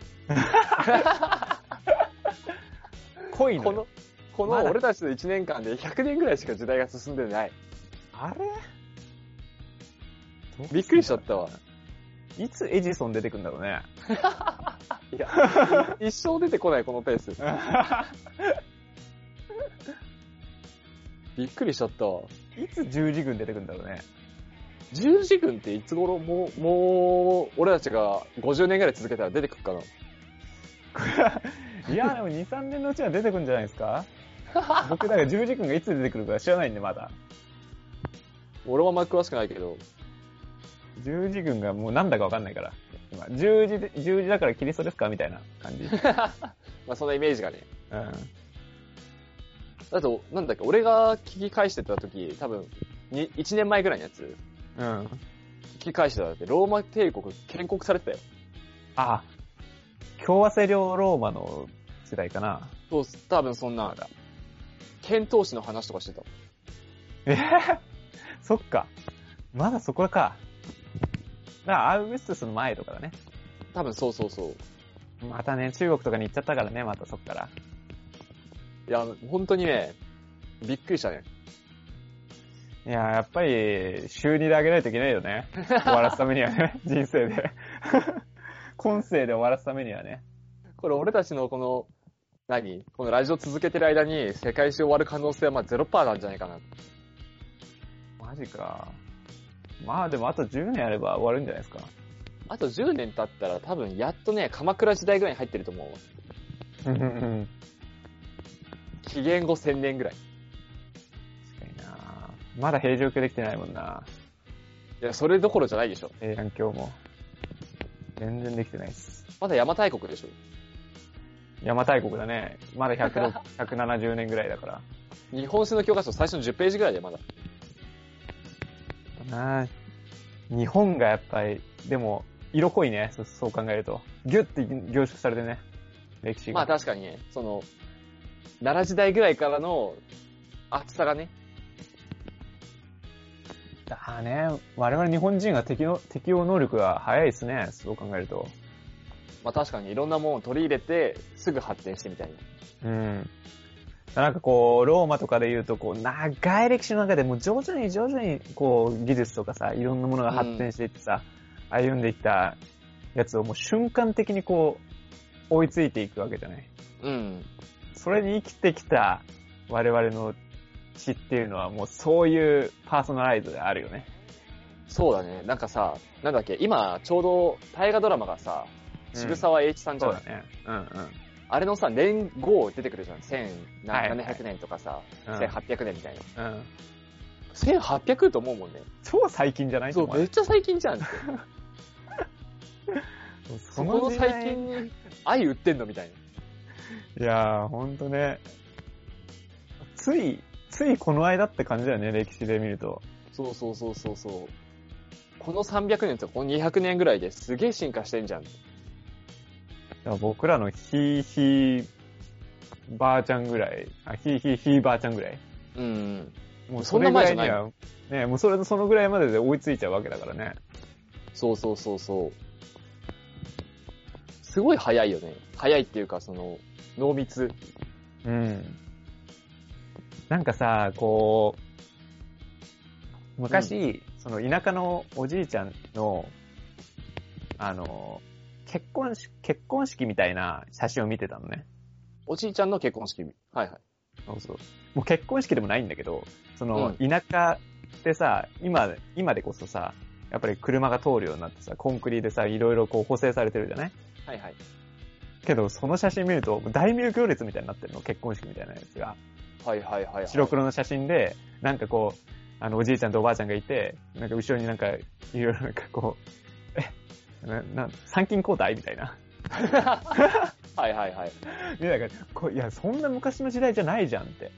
S1: 恋の
S2: この、この
S1: まだ
S2: 俺たちの1年間で100年ぐらいしか時代が進んでない。
S1: あれ
S2: びっくりしちゃったわ。
S1: いつエジソン出てくんだろう <laughs> ね。
S2: いや、一生出てこない、このペース。びっくりしちゃったわ。
S1: いつ十字軍出てくんだろうね。
S2: 十字軍っていつ頃もう、もう、俺たちが50年ぐらい続けたら出てくるかな。
S1: いや、でも2、3年のうちは出てくんじゃないです <laughs> か僕、だから十字軍がいつ出てくるか知らないんで、まだ。
S2: 俺はあんま詳しくないけど。
S1: 十字軍がもうなんだかわかんないから。今十字で、十字だからキリストですかみたいな感 <laughs> じ。う
S2: まあそんなイメージがね。
S1: ん。
S2: だと、なんだっけ、俺が聞き返してた時、多分、に1年前ぐらいのやつ、
S1: うん。
S2: 聞き返してたらって、ローマ帝国建国されてたよ。
S1: あ、共和制領ローマの時代かな。
S2: そう、多分そんな、遣唐使の話とかしてた。
S1: えそっか。まだそこか。だから、アウグストゥスの前とかだね。
S2: 多分そうそうそう。
S1: またね、中国とかに行っちゃったからね、またそっから。
S2: いや、本当にね、びっくりしたね。
S1: いやー、やっぱり、週2であげないといけないよね。終わらすためには <laughs> ね、人生で。今世で終わらすためにはね。
S2: これ俺たちのこの、何このラジオ続けてる間に世界史終わる可能性はまあ0%なんじゃないかな。
S1: マジか。まあでもあと10年やれば終わるんじゃないですか。
S2: あと10年経ったら多分やっとね、鎌倉時代ぐらいに入ってると思うわ。
S1: うんうんうん。
S2: 紀元後1000年ぐらい。
S1: 確かになまだ平常化できてないもんない
S2: や、それどころじゃないでしょ。
S1: 平安京も。全然できてないっす。
S2: まだ邪馬台国でしょ。
S1: 邪馬台国だね。ま <laughs> だ106 170年ぐらいだから。
S2: 日本史の教科書最初の10ページぐらいでまだ。
S1: なあ日本がやっぱり、でも、色濃いね。そそう考えると。ギュッて凝縮されてね。歴史
S2: ま
S1: が。
S2: あ確かにね、その、奈良時代ぐらいからの厚さがね、
S1: だあね、我々日本人が適応適応能力が早いですね。そう考えると。
S2: まあ確かにいろんなものを取り入れて、すぐ発展してみたいな。
S1: うん。なんかこう、ローマとかで言うと、こう、長い歴史の中でもう徐々に徐々に、こう、技術とかさ、いろんなものが発展していってさ、歩んできたやつをもう瞬間的にこう、追いついていくわけじゃない。
S2: うん。
S1: それに生きてきた我々の血っていうのはもうそういうパーソナライズがあるよね。
S2: そうだね。なんかさ、なんだっけ、今ちょうど大河ドラマがさ、
S1: うん
S2: 渋沢栄一さんじゃ
S1: そ
S2: な
S1: う
S2: い、
S1: だね。うんうん。
S2: あれのさ、年号出てくるじゃん。
S1: はいはい
S2: 1700年とかさ、
S1: うん
S2: 1800年みたいな。
S1: うん、
S2: 1800と思うもんね。
S1: 超最近じゃない
S2: そう、めっちゃ最近じゃん <laughs> って。そ
S1: そ
S2: この
S1: 時代
S2: 最近に愛売ってんのみたいな。
S1: いやー、ほんとね。つい、ついこの間って感じだよね、歴史で見ると。
S2: そうそうそうそうそう。この300年とかこの200年ぐらいですげえ進化してんじゃん。
S1: だから僕らのひいひいばあちゃんぐらい、あ、ひいひいひいばあちゃんぐらい。
S2: うん。
S1: もう
S2: そ
S1: そ
S2: んな
S1: れぐ
S2: 前
S1: ら
S2: じゃ
S1: い
S2: ない
S1: には、ね、もうそれ、そのぐらいまでで追いついちゃうわけだからね。
S2: そうそうそうそう。すごい早いよね。早いっていうか、その、濃密。
S1: うん。なんかさ、こう、昔、その田舎のおじいちゃんの、あの、結婚し、結婚式みたいな写真を見てたのね。
S2: おじいちゃんの結婚式。はいはい。
S1: そうそう。もう結婚式でもないんだけど、その、田舎ってさ、今、今でこそさ、やっぱり車が通るようになってさ、コンクリでさ、いろいろこう補正されてるじゃない
S2: はいはい。
S1: けど、その写真見ると、大名行列みたいになってるの、結婚式みたいなやつが。
S2: はいはいはい、はい。
S1: 白。黒の写真で、なんかこう、あの、おじいちゃんとおばあちゃんがいて、なんか後ろになんか、いろいろなんかこう、え、な、な、参勤交代みたいな。
S2: <laughs> はいはいはい。
S1: いや、だからこいや、そんな昔の時代じゃないじゃんって。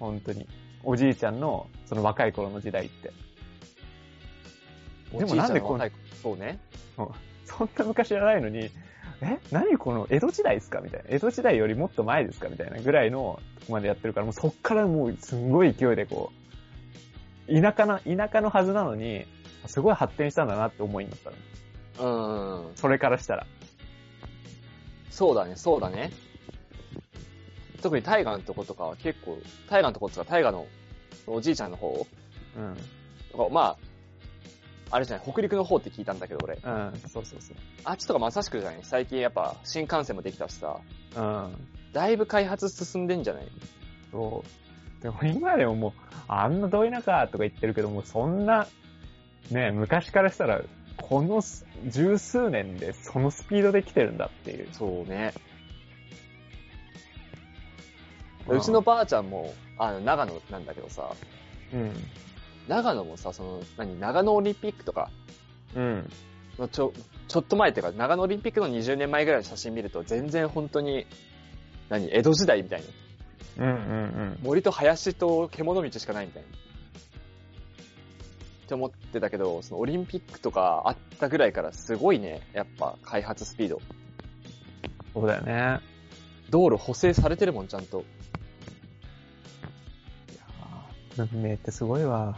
S1: 本当に。おじいちゃんの、その若い頃の時代って。でもなんでこん
S2: おじいちゃの若い子そうね。
S1: そんな昔じゃないのに、え何この江戸時代ですかみたいな。江戸時代よりもっと前ですかみたいなぐらいのとこまでやってるから、もうそっからもうすんごい勢いでこう、田舎な、田舎のはずなのに、すごい発展したんだなって思いになったの。
S2: うん。
S1: それからしたら。
S2: そうだね、そうだね。特に大河のとことかは結構、大河のとことか大河のおじいちゃんの方
S1: うん。
S2: とか、まあ、あれじゃない、北陸の方って聞いたんだけど俺。
S1: うん。そうそうそう。
S2: あっちとかまさしくじゃない最近やっぱ新幹線もできたしさ、
S1: うん。
S2: だいぶ開発進んでんじゃない
S1: そう。でも今でももう、あんなどいなかとか言ってるけども、そんな、ね、昔からしたら、このす十数年でそのスピードで来てるんだっていう。
S2: そうね。うちのばあちゃんも、あの、長野なんだけどさ、
S1: うん。
S2: 長野もさ、その、何、長野オリンピックとか
S1: うん。
S2: のちょ、ちょっと前っていうか、長野オリンピックの20年前ぐらいの写真見ると、全然本当に、何、江戸時代みたいな。
S1: うんうんうん。
S2: 森と林と獣道しかないみたいな。って思ってたけど、そのオリンピックとかあったぐらいからすごいね、やっぱ開発スピード。
S1: そうだよね。
S2: 道路補正されてるもん、ちゃんと。
S1: 文明ってすごいわ。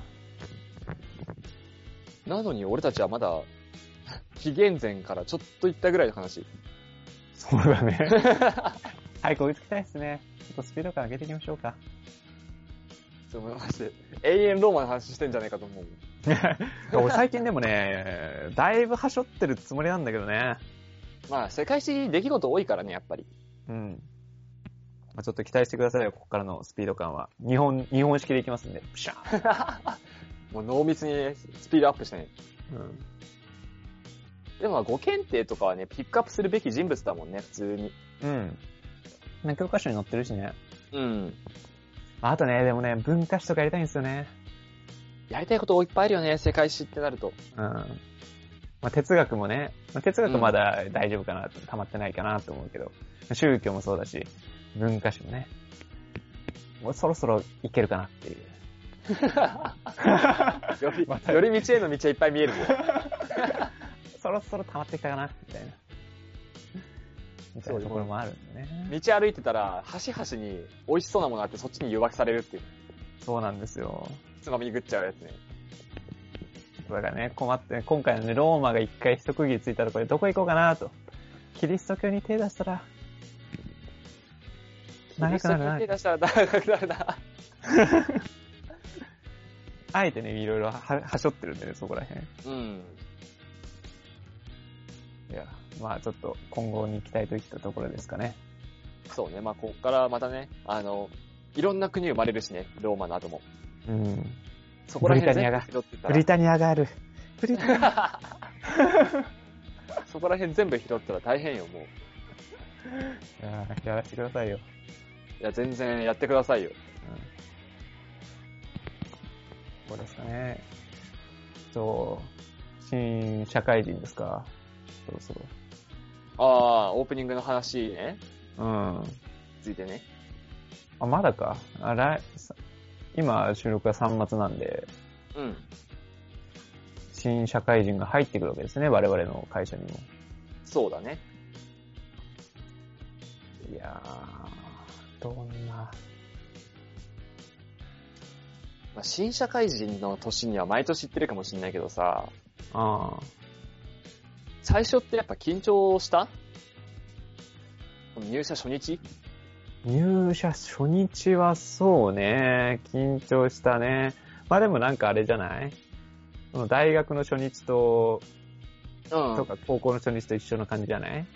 S2: なのに俺たちはまだ、紀元前からちょっと行ったぐらいの話。 <laughs>
S1: そうだね。 <laughs> 早く追いつきたいですね。ちょっとスピード感上げていきましょうか。
S2: そう思いまして。永遠ローマの話してんじゃないかと思う。
S1: 俺最近でもね、だいぶはしょってるつもりなんだけどね。
S2: まあ、世界史出来事多いからね、やっぱり。
S1: うん。まあ、ちょっと期待してくださいよ、ここからのスピード感は。日本、日本式でいきますんで。プシャー
S2: もう濃密にねスピードアップしてね。
S1: ン、
S2: でもまあ、ご検定とかはね、ピックアップするべき人物だもんね、普通に。
S1: うん。うん。教科書に載ってるしね。
S2: うん。
S1: あとね、でもね、文化史とかやりたいんですよね。
S2: やりたいこといっぱいあるよね、世界史ってな
S1: <laughs>
S2: ると。
S1: うん。まあ、哲学もね、まあ、哲学まだ大丈夫かな、溜まってないかなと思うけど、宗教もそうだし、文化史もね、もうそろそろいけるかなっていう。
S2: より、
S1: また
S2: より道への道はいっぱい見えるね。
S1: そろそろ溜まってきたかな、みたいな。みたいなところもあるんでね。
S2: 道歩いてたら、端々に美味しそうなものがあって、そっちに誘惑されるっていう。
S1: そうなんですよ。
S2: つまみに食っちゃうやつね。
S1: だからね、困って、今回のね、ローマが一回一区切りついたところでどこ行こうかなと。キリスト教に手出したら、長くなるな
S2: キリスト教手出したら長くなるな。
S1: あえてね、いろいろは、はしょってるんでね、そこら辺。
S2: うん。
S1: いや、まあちょっと今後に期待といったところですかね。
S2: そうね。まあ、こっからまたね、あの、いろんな国生まれるしね、ローマの後も。
S1: うん。
S2: そこら辺
S1: ブリタニアが
S2: 全部拾ってた
S1: ブリ
S2: ら。
S1: タニアがある。ブリタニ <laughs> ア。
S2: そこら辺全部拾ったら大変よ、もう。
S1: やらせてくださいよ。
S2: いや、全然やってくださいよ。
S1: こうですかね。そう、新社会人ですか。そろそろ。
S2: ああ、オープニングの話ね、
S1: うん。
S2: ついてね。
S1: あ、まだか。あ来、さ今収録が3末なんで、
S2: うん。
S1: 新社会人が入ってくるわけですね、我々の会社にも。
S2: そうだね。
S1: いやー、どんな。
S2: まあ、新社会人の年には毎年行ってるかもしんないけどさ、
S1: ああ。
S2: 最初ってやっぱ緊張した入社初日
S1: 入社初日はそうね、緊張したね。まあでもなんかあれじゃないその大学の初日と、
S2: うん。
S1: とか高校の初日と一緒の感じじゃない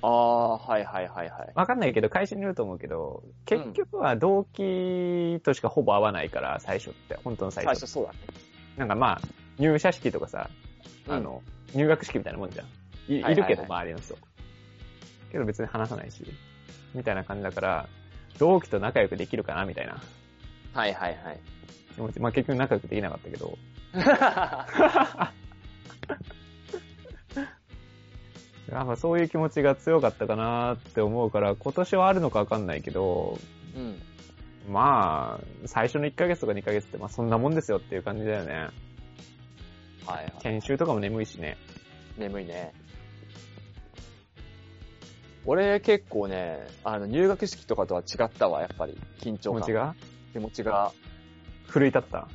S2: ああ、はいはいはいはい。
S1: わかんないけど、会社によると思うけど、結局は同期としかほぼ合わないから、最初って、本当の最
S2: 最
S1: 初。
S2: 初そうだね。
S1: なんかまあ、入社式とかさ、
S2: うん
S1: あの、入学式みたいなもんじゃん。い
S2: はいはいはい
S1: いるけど、周りの人。けど別に話さないし、みたいな感じだから、同期と仲良くできるかな、みたいな
S2: はいはいはい。
S1: 気持ち。まあ結局仲良くできなかったけど、やっぱそういう気持ちが強かったかなって思うから、今年はあるのかわかんないけど、
S2: うん。
S1: まあ、最初の1ヶ月とか2ヶ月って、まあそんなもんですよっていう感じだよね。
S2: はいはい。
S1: 研修とかも眠いしね。
S2: 眠いね。俺結構ね、あの、入学式とかとは違ったわ、やっぱり。緊
S1: 気
S2: 張
S1: 持
S2: 感。
S1: ちが
S2: 気持ちが。
S1: 奮い立った。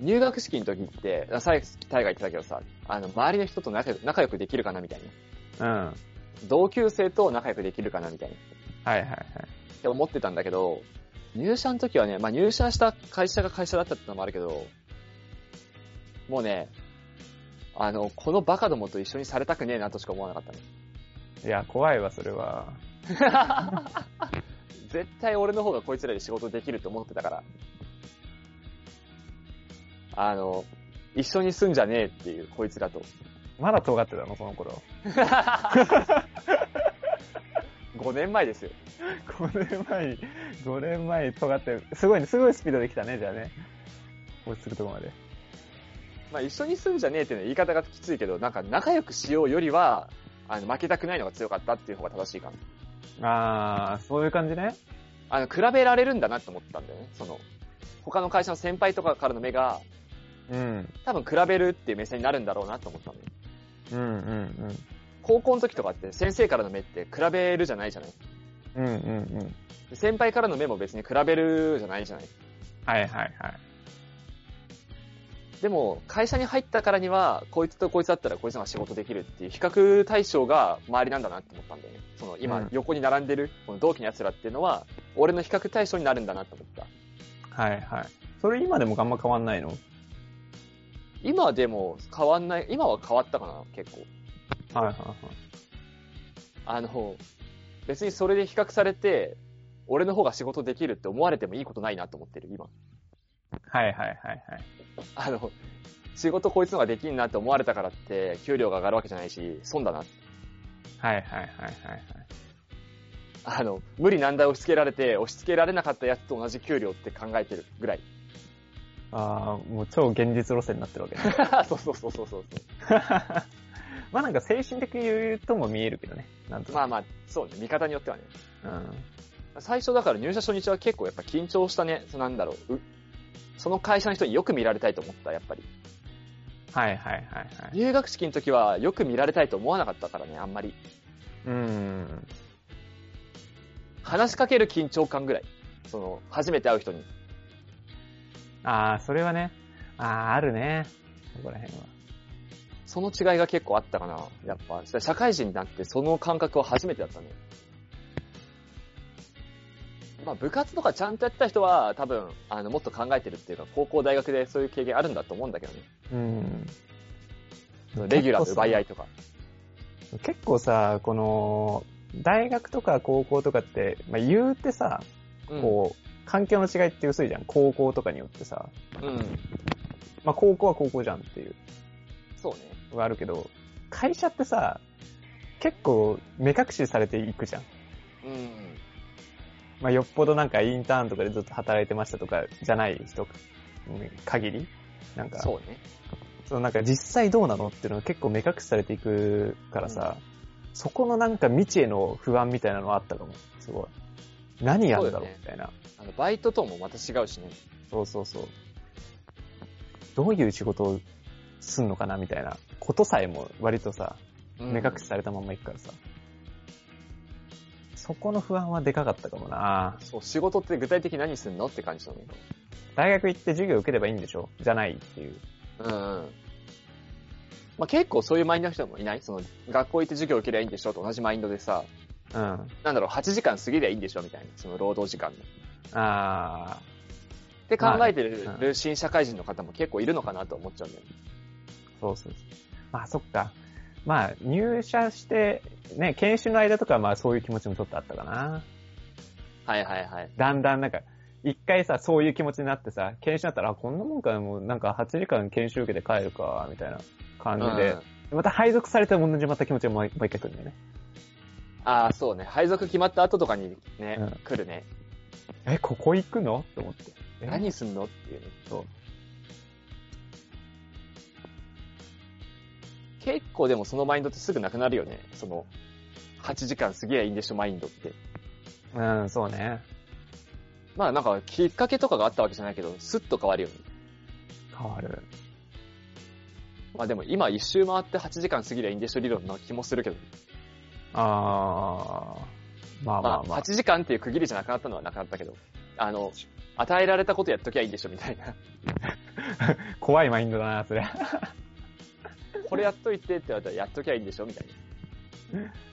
S2: 入学式の時って、あさっき大河言ってたけどさ、あの、周りの人と仲良く仲良くできるかなみたいな。
S1: うん。はい
S2: 同級生と仲良くできるかなみたいな。
S1: はいはい。
S2: って思ってたんだけど、入社の時はね、まあ入社した会社が会社だったってのもあるけど、もうね、あの、このバカどもと一緒にされたくねえなとしか思わなかったね。
S1: いや、怖いわ、それは。
S2: 絶対俺の方がこいつらで仕事できると思ってたから。あの、一緒に住んじゃねえっていう、こいつらと。 <laughs>
S1: まだ尖ってたの、その頃。
S2: 5年前ですよ。
S1: 5年前に、5年前に尖って、すごいね、すごいスピードできたね、じゃあね。落ち着くとこまで。
S2: まあ一緒に住んじゃねえっていうのは言い方がきついけど、なんか仲良くしようよりは、あの、負けたくないのが強かったっていう方が正しいかな。
S1: あー、そういう感じね。
S2: あの、比べられるんだなって思ったんだよね。その、他の会社の先輩とかからの目が、
S1: うん。
S2: 多分比べるっていう目線になるんだろうなと思ったのよ。
S1: うんうん
S2: 高校の時とかって先生からの目って比べるじゃないじゃない。
S1: うん。うんうんうん。
S2: で先輩からの目も別に比べるじゃないじゃない。
S1: はいはいはい。
S2: でも、会社に入ったからには、こいつとこいつだったらこいつの方が仕事できるっていう比較対象が周りなんだなって思ったんだよね。その、
S1: う
S2: 今
S1: ん、
S2: 横に並んでる、この同期の奴らっていうのは、俺の比較対象になるんだなと思った。
S1: はいはい。それ今でもあんま変わんないの
S2: 今でも変わんない、今は変わったかな、結構。
S1: はいはいはい。
S2: あの、別にそれで比較されて、俺の方が仕事できるって思われてもいいことないなと思ってる、今。
S1: はいはいはいはい。
S2: あの、仕事こいつの方ができんなって思われたからって、給料が上がるわけじゃないし、損だな。
S1: はいはいはいはい。
S2: あの、無理難題押し付けられて、押し付けられなかったやつと同じ給料って考えてるぐらい。 <laughs>
S1: あー、もう超現実路線になってるわけね。
S2: <laughs> そうそうそうそうそう
S1: まあなんか精神的余裕とも見えるけどね。なんと
S2: まあ
S1: な
S2: まあ、そうね、見方によってはね。
S1: く。うん。
S2: 最初だから入社初日は結構やっぱ緊張したね、そうなんだろう。うその会社の人によく見られたいと思った、やっぱり。
S1: はいはいはいはい。
S2: 入学式の時はよく見られたいと思わなかったからね、あんまり。
S1: うん。
S2: 話しかける緊張感ぐらい。その、初めて会う人に。
S1: ああ、それはね。ああ、あるね。そこら辺は。
S2: その違いが結構あったかな。やっぱ、社会人になってその感覚は初めてだったね。まあ、部活とかちゃんとやってた人は、多分、あの、もっと考えてるっていうか、高校、大学でそういう経験あるんだと思うんだけどね。
S1: うん。
S2: レギュラーの奪い合
S1: い。
S2: いとか。
S1: 結構さ、この、大学とか高校とかって、まあ言うてさ、
S2: うん
S1: こう、環境の違いって薄いじゃん。高校とかによってさ。
S2: うん。
S1: まあ高校は高校じゃんっていう、
S2: そうね。
S1: はあるけど、会社ってさ、結構目隠しされていくじゃん。
S2: うん。
S1: まあ、よっぽどなんかインターンとかでずっと働いてましたとかじゃない人うん限り、なんか、
S2: そうね。
S1: そのなんか実際どうなのっていうのが結構目隠しされていくからさ、そこのなんか未知への不安みたいなのはあったかも。すごい。何やるんだ
S2: そ
S1: ろう
S2: うだよね
S1: みたいな。
S2: あの、バイトともまた違うしね。
S1: そうそうそう。どういう仕事をすんのかなみたいなことさえも割とさ、
S2: うん
S1: 目隠しされたまんまいくからさ。そこの不安はでかかったかもな
S2: そう、仕事って具体的に何すんのって感じなのよ。
S1: 大学行って授業受ければいいんでしょじゃないっていう。
S2: うんうん。まあ、結構そういうマインドの人もいないその、学校行って授業受けりゃいいんでしょと同じマインドでさ、
S1: うん。あ
S2: なんだろう、8時間過ぎりゃいいんでしょみたいな、その労働時間の。
S1: あ
S2: って考えて
S1: まあ
S2: る
S1: ね
S2: 新社会人の方も結構いるのかなと思っちゃうんだよね。
S1: ー、そうそうそう。まあ、そっか。まあ、入社して、ね、研修の間とかはまあ、そういう気持ちもちょっとあったかな。
S2: はいはいはい。
S1: だんだんなんか、一回さ、そういう気持ちになってさ、研修だったら、あ、こんなもんか、もうなんか8時間研修受けて帰るか、みたいな感じで
S2: う、ん
S1: また配属されても同じまた気持ちがもうもう一回来るんだよね。
S2: ああ、そうね。配属決まった後とかにね、
S1: うん
S2: 来るね。
S1: え、ここ行くのと思って。え
S2: 何すんのっていうね。
S1: そう。
S2: 結構でもそのマインドってすぐなくなるよね。その、8時間過ぎりゃいいんでしょ、マインドって。
S1: うん、そうね。
S2: まあなんか、きっかけとかがあったわけじゃないけど、スッと変わるよね。
S1: 変わる。
S2: まあでも今一周回って8時間過ぎりゃいいんでしょ理論な気もするけど、
S1: あー。まあま
S2: ま
S1: あ
S2: あ
S1: まあ。
S2: 8時間っていう区切りじゃなくなったのはなくなったけど、あの、与えられたことやっときゃいいんでしょみたいな。
S1: 怖いマインドだな、それ。
S2: <laughs> これやっといてって言われたらやっときゃいいんでしょみたい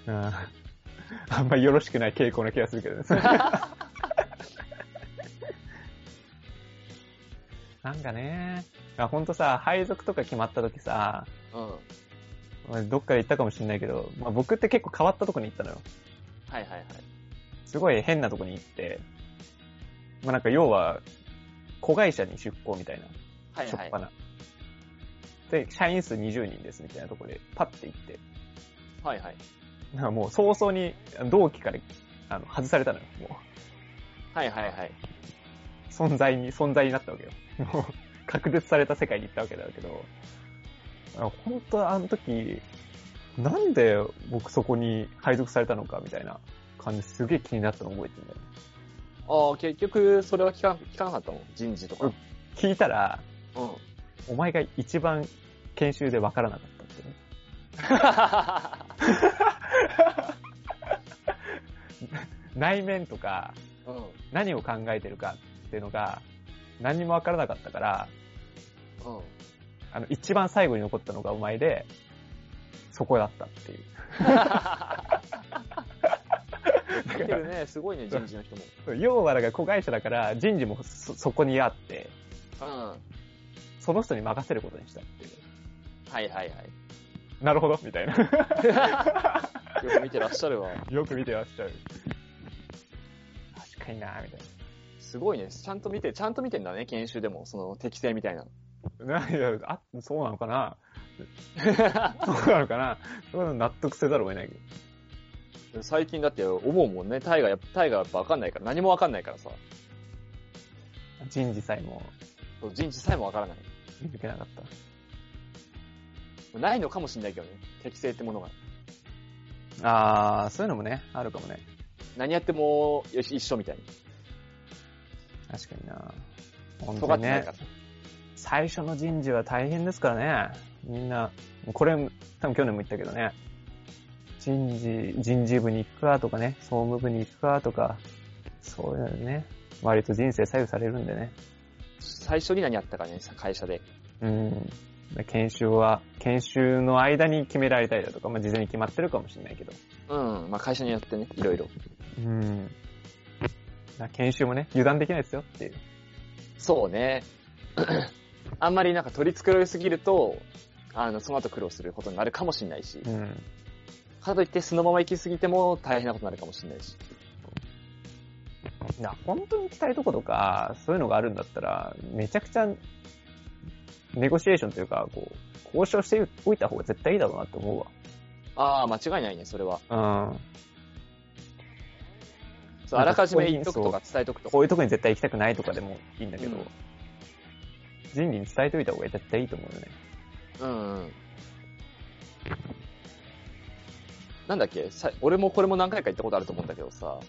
S2: な。
S1: うん。 <laughs> あんまりよろしくない傾向な気がするけど
S2: <laughs>
S1: ね。それなんかね、あほんとさ、配属とか決まった時さ、
S2: うん。はい
S1: 俺どっかで行ったかもしんないけど、まあ、僕って結構変わったとこに行ったのよ。
S2: はいはい。
S1: すごい変なとこに行って、まあ、なんか要は、子会社に出向みたいな。
S2: はい
S1: しょ
S2: は
S1: っ
S2: い
S1: ぱ。な。で、社員数20人ですみたいなとこで、パッて行って、
S2: はいはい。
S1: なんかもう早々に同期からあの外されたのよ。も
S2: はいはいはい。
S1: う、存在に、存在になったわけよ。 <laughs> もう、隔絶された世界に行ったわけだけど、あ本当あの時、なんで僕そこに配属されたのかみたいな感じすげえ気になったの覚えてるんだよね。
S2: ああ、結局、それは聞か聞かなかったの人事とか。
S1: うん聞いたら、
S2: うん。
S1: お前が一番研修でわからなかったってね。内面とか、
S2: うん。
S1: 何を考えてるかっていうのが何にもわからなかったから、
S2: うん。
S1: あの、一番最後に残ったのがお前で、そこだったっていう。
S2: 見てるね、すごいね、人事の人も。
S1: 要はだから子会社だから人事もそそこにあって、
S2: うん。は
S1: その人に任せることにしたってい
S2: いはいはい。
S1: う。なるほどみたいな。 <laughs>
S2: よく見てらっしゃるわ。
S1: よく見てらっしゃる。確かになみたい
S2: すごいね、ちゃんと見て、ちゃんと見てんだね、研修でも、その適性みたいなの。
S1: な。ないや、あ、そうなのかなそうなのかなそういうの納得せざるを得ないけど。
S2: 最近だって思うもんね、タイガーやっぱ、タイガーやっぱわかんないから、何もわかんないからさ、
S1: 人事さえも
S2: 人事さえもわからない。
S1: 抜けなかった。
S2: ないのかもしんないけどね、適性ってものが。
S1: あー、そういうのもね、あるかもね。
S2: 何やってもよし一緒みたい
S1: 確かにな
S2: な。
S1: 本
S2: 尖
S1: 当
S2: っ
S1: に
S2: てない
S1: ね
S2: から。。
S1: 最初の人事は大変ですからね。みんな、もうこれ、多分去年も言ったけどね。人事、人事部に行くかとかね、総務部に行くかとか、そういうのね。割と人生左右されるんでね。
S2: 最初に何やったかね、会社で。
S1: うん。研修は、研修の間に決められたりだとか、まあ事前に決まってるかもしれないけど。
S2: うん、まあ会社によってね、いろいろ。
S1: うん。だから研修もね、油断できないですよっていう。
S2: そうね。 <clears throat> あんまりなんか取り繕いすぎると、あの、その後苦労することになるかもしれないし
S1: う、ん。
S2: かといってそのまま行き過ぎても大変なことになるかもしれないし。
S1: な本当に行きたいとことか、そういうのがあるんだったら、めちゃくちゃ、ネゴシエーションというか、こう、交渉しておいた方が絶対いいだろうなって思う
S2: ああ、間違いないね、それは。
S1: わ。うん。
S2: そうあらかじめ言っとくとか伝えとくとか。
S1: こういうとこに絶対行きたくないとかでもいいんだけど、
S2: うん
S1: 人事に伝えておいた方が絶対いいと思うよね。
S2: うんうん。なんだっけさ俺もこれも何回か行ったことあると思うんだけどさ、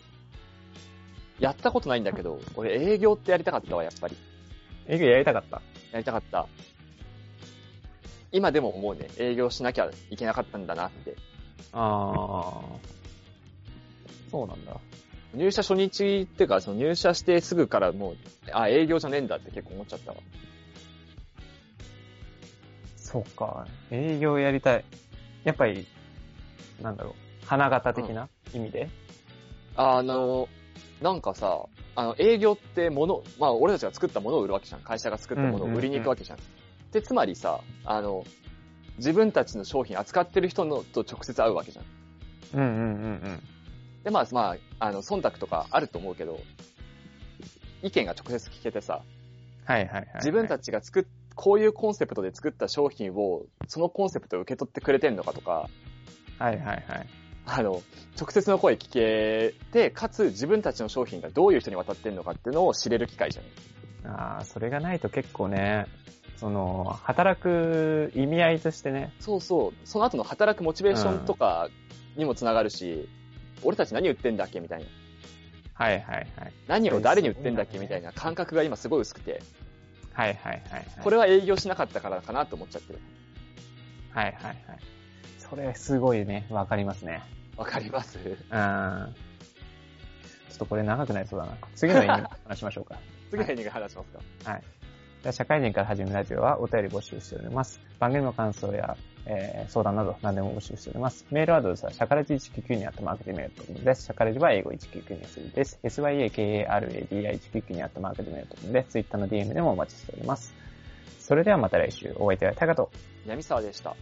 S2: やったことないんだけど、俺営業ってやりたかったわ、やっぱり。
S1: 営業やりたかった。
S2: やりたかった。今でも思うね。営業しなきゃいけなかったんだなって。
S1: あー。そうなんだ。
S2: 入社初日っていうか、その入社してすぐからもう、あ、営業じゃねえんだって結構思っちゃったわ。
S1: そうか。営業やりたい。やっぱり、なんだろう、花形的な意味で
S2: あの、なんかさ、あの、営業って物、まあ、俺たちが作ったものを売るわけじゃん。会社が作ったものを売りに行くわけじゃん。で、つまりさ、あの、自分たちの商品扱ってる人のと直接会うわけじゃん。
S1: うんうんうん
S2: で、まあ、まあ、あの、忖度とかあると思うけど、意見が直接聞けてさ、
S1: うん。はいはいはい。
S2: 自分たちが作っ、こういうコンセプトで作った商品を、そのコンセプトを受け取ってくれてんのかとか、
S1: はいはいはい。
S2: あの、直接の声聞けて、かつ自分たちの商品がどういう人に渡ってんのかっていうのを知れる機会じゃん。
S1: ああ、それがないと結構ね、その、働く意味合いとしてね、
S2: そうそう。その後の働くモチベーションとかにもつながるし、俺たち何売ってんだっけみたいな。
S1: はいはいはい。
S2: 何を誰に売ってんだっけ
S1: そう
S2: み
S1: だね
S2: たいな感覚が今すごい薄くて、
S1: はいはいはい、はい。
S2: これは営業しなかったからかなと思っちゃってる。
S1: はいはいはい。それすごいね、わかりますね。
S2: わかります
S1: うん。ちょっとこれ長くなりそうだな。次の意
S2: <laughs>
S1: 味話しましょうか。
S2: 次のヘニが話しますか
S1: じゃあ社会人から始めるラジオはお便り募集しております。番組の感想や、えー相談など何でも募集しております。メールアドレスは、シャカラジ199にあってマークでメールとです。シャカラジは英語199にするです。syakaradi199 にあってマークでメールとです。Twitter の DM でもお待ちしております。それではまた来週お会いいたい方と
S2: 闇沢でした。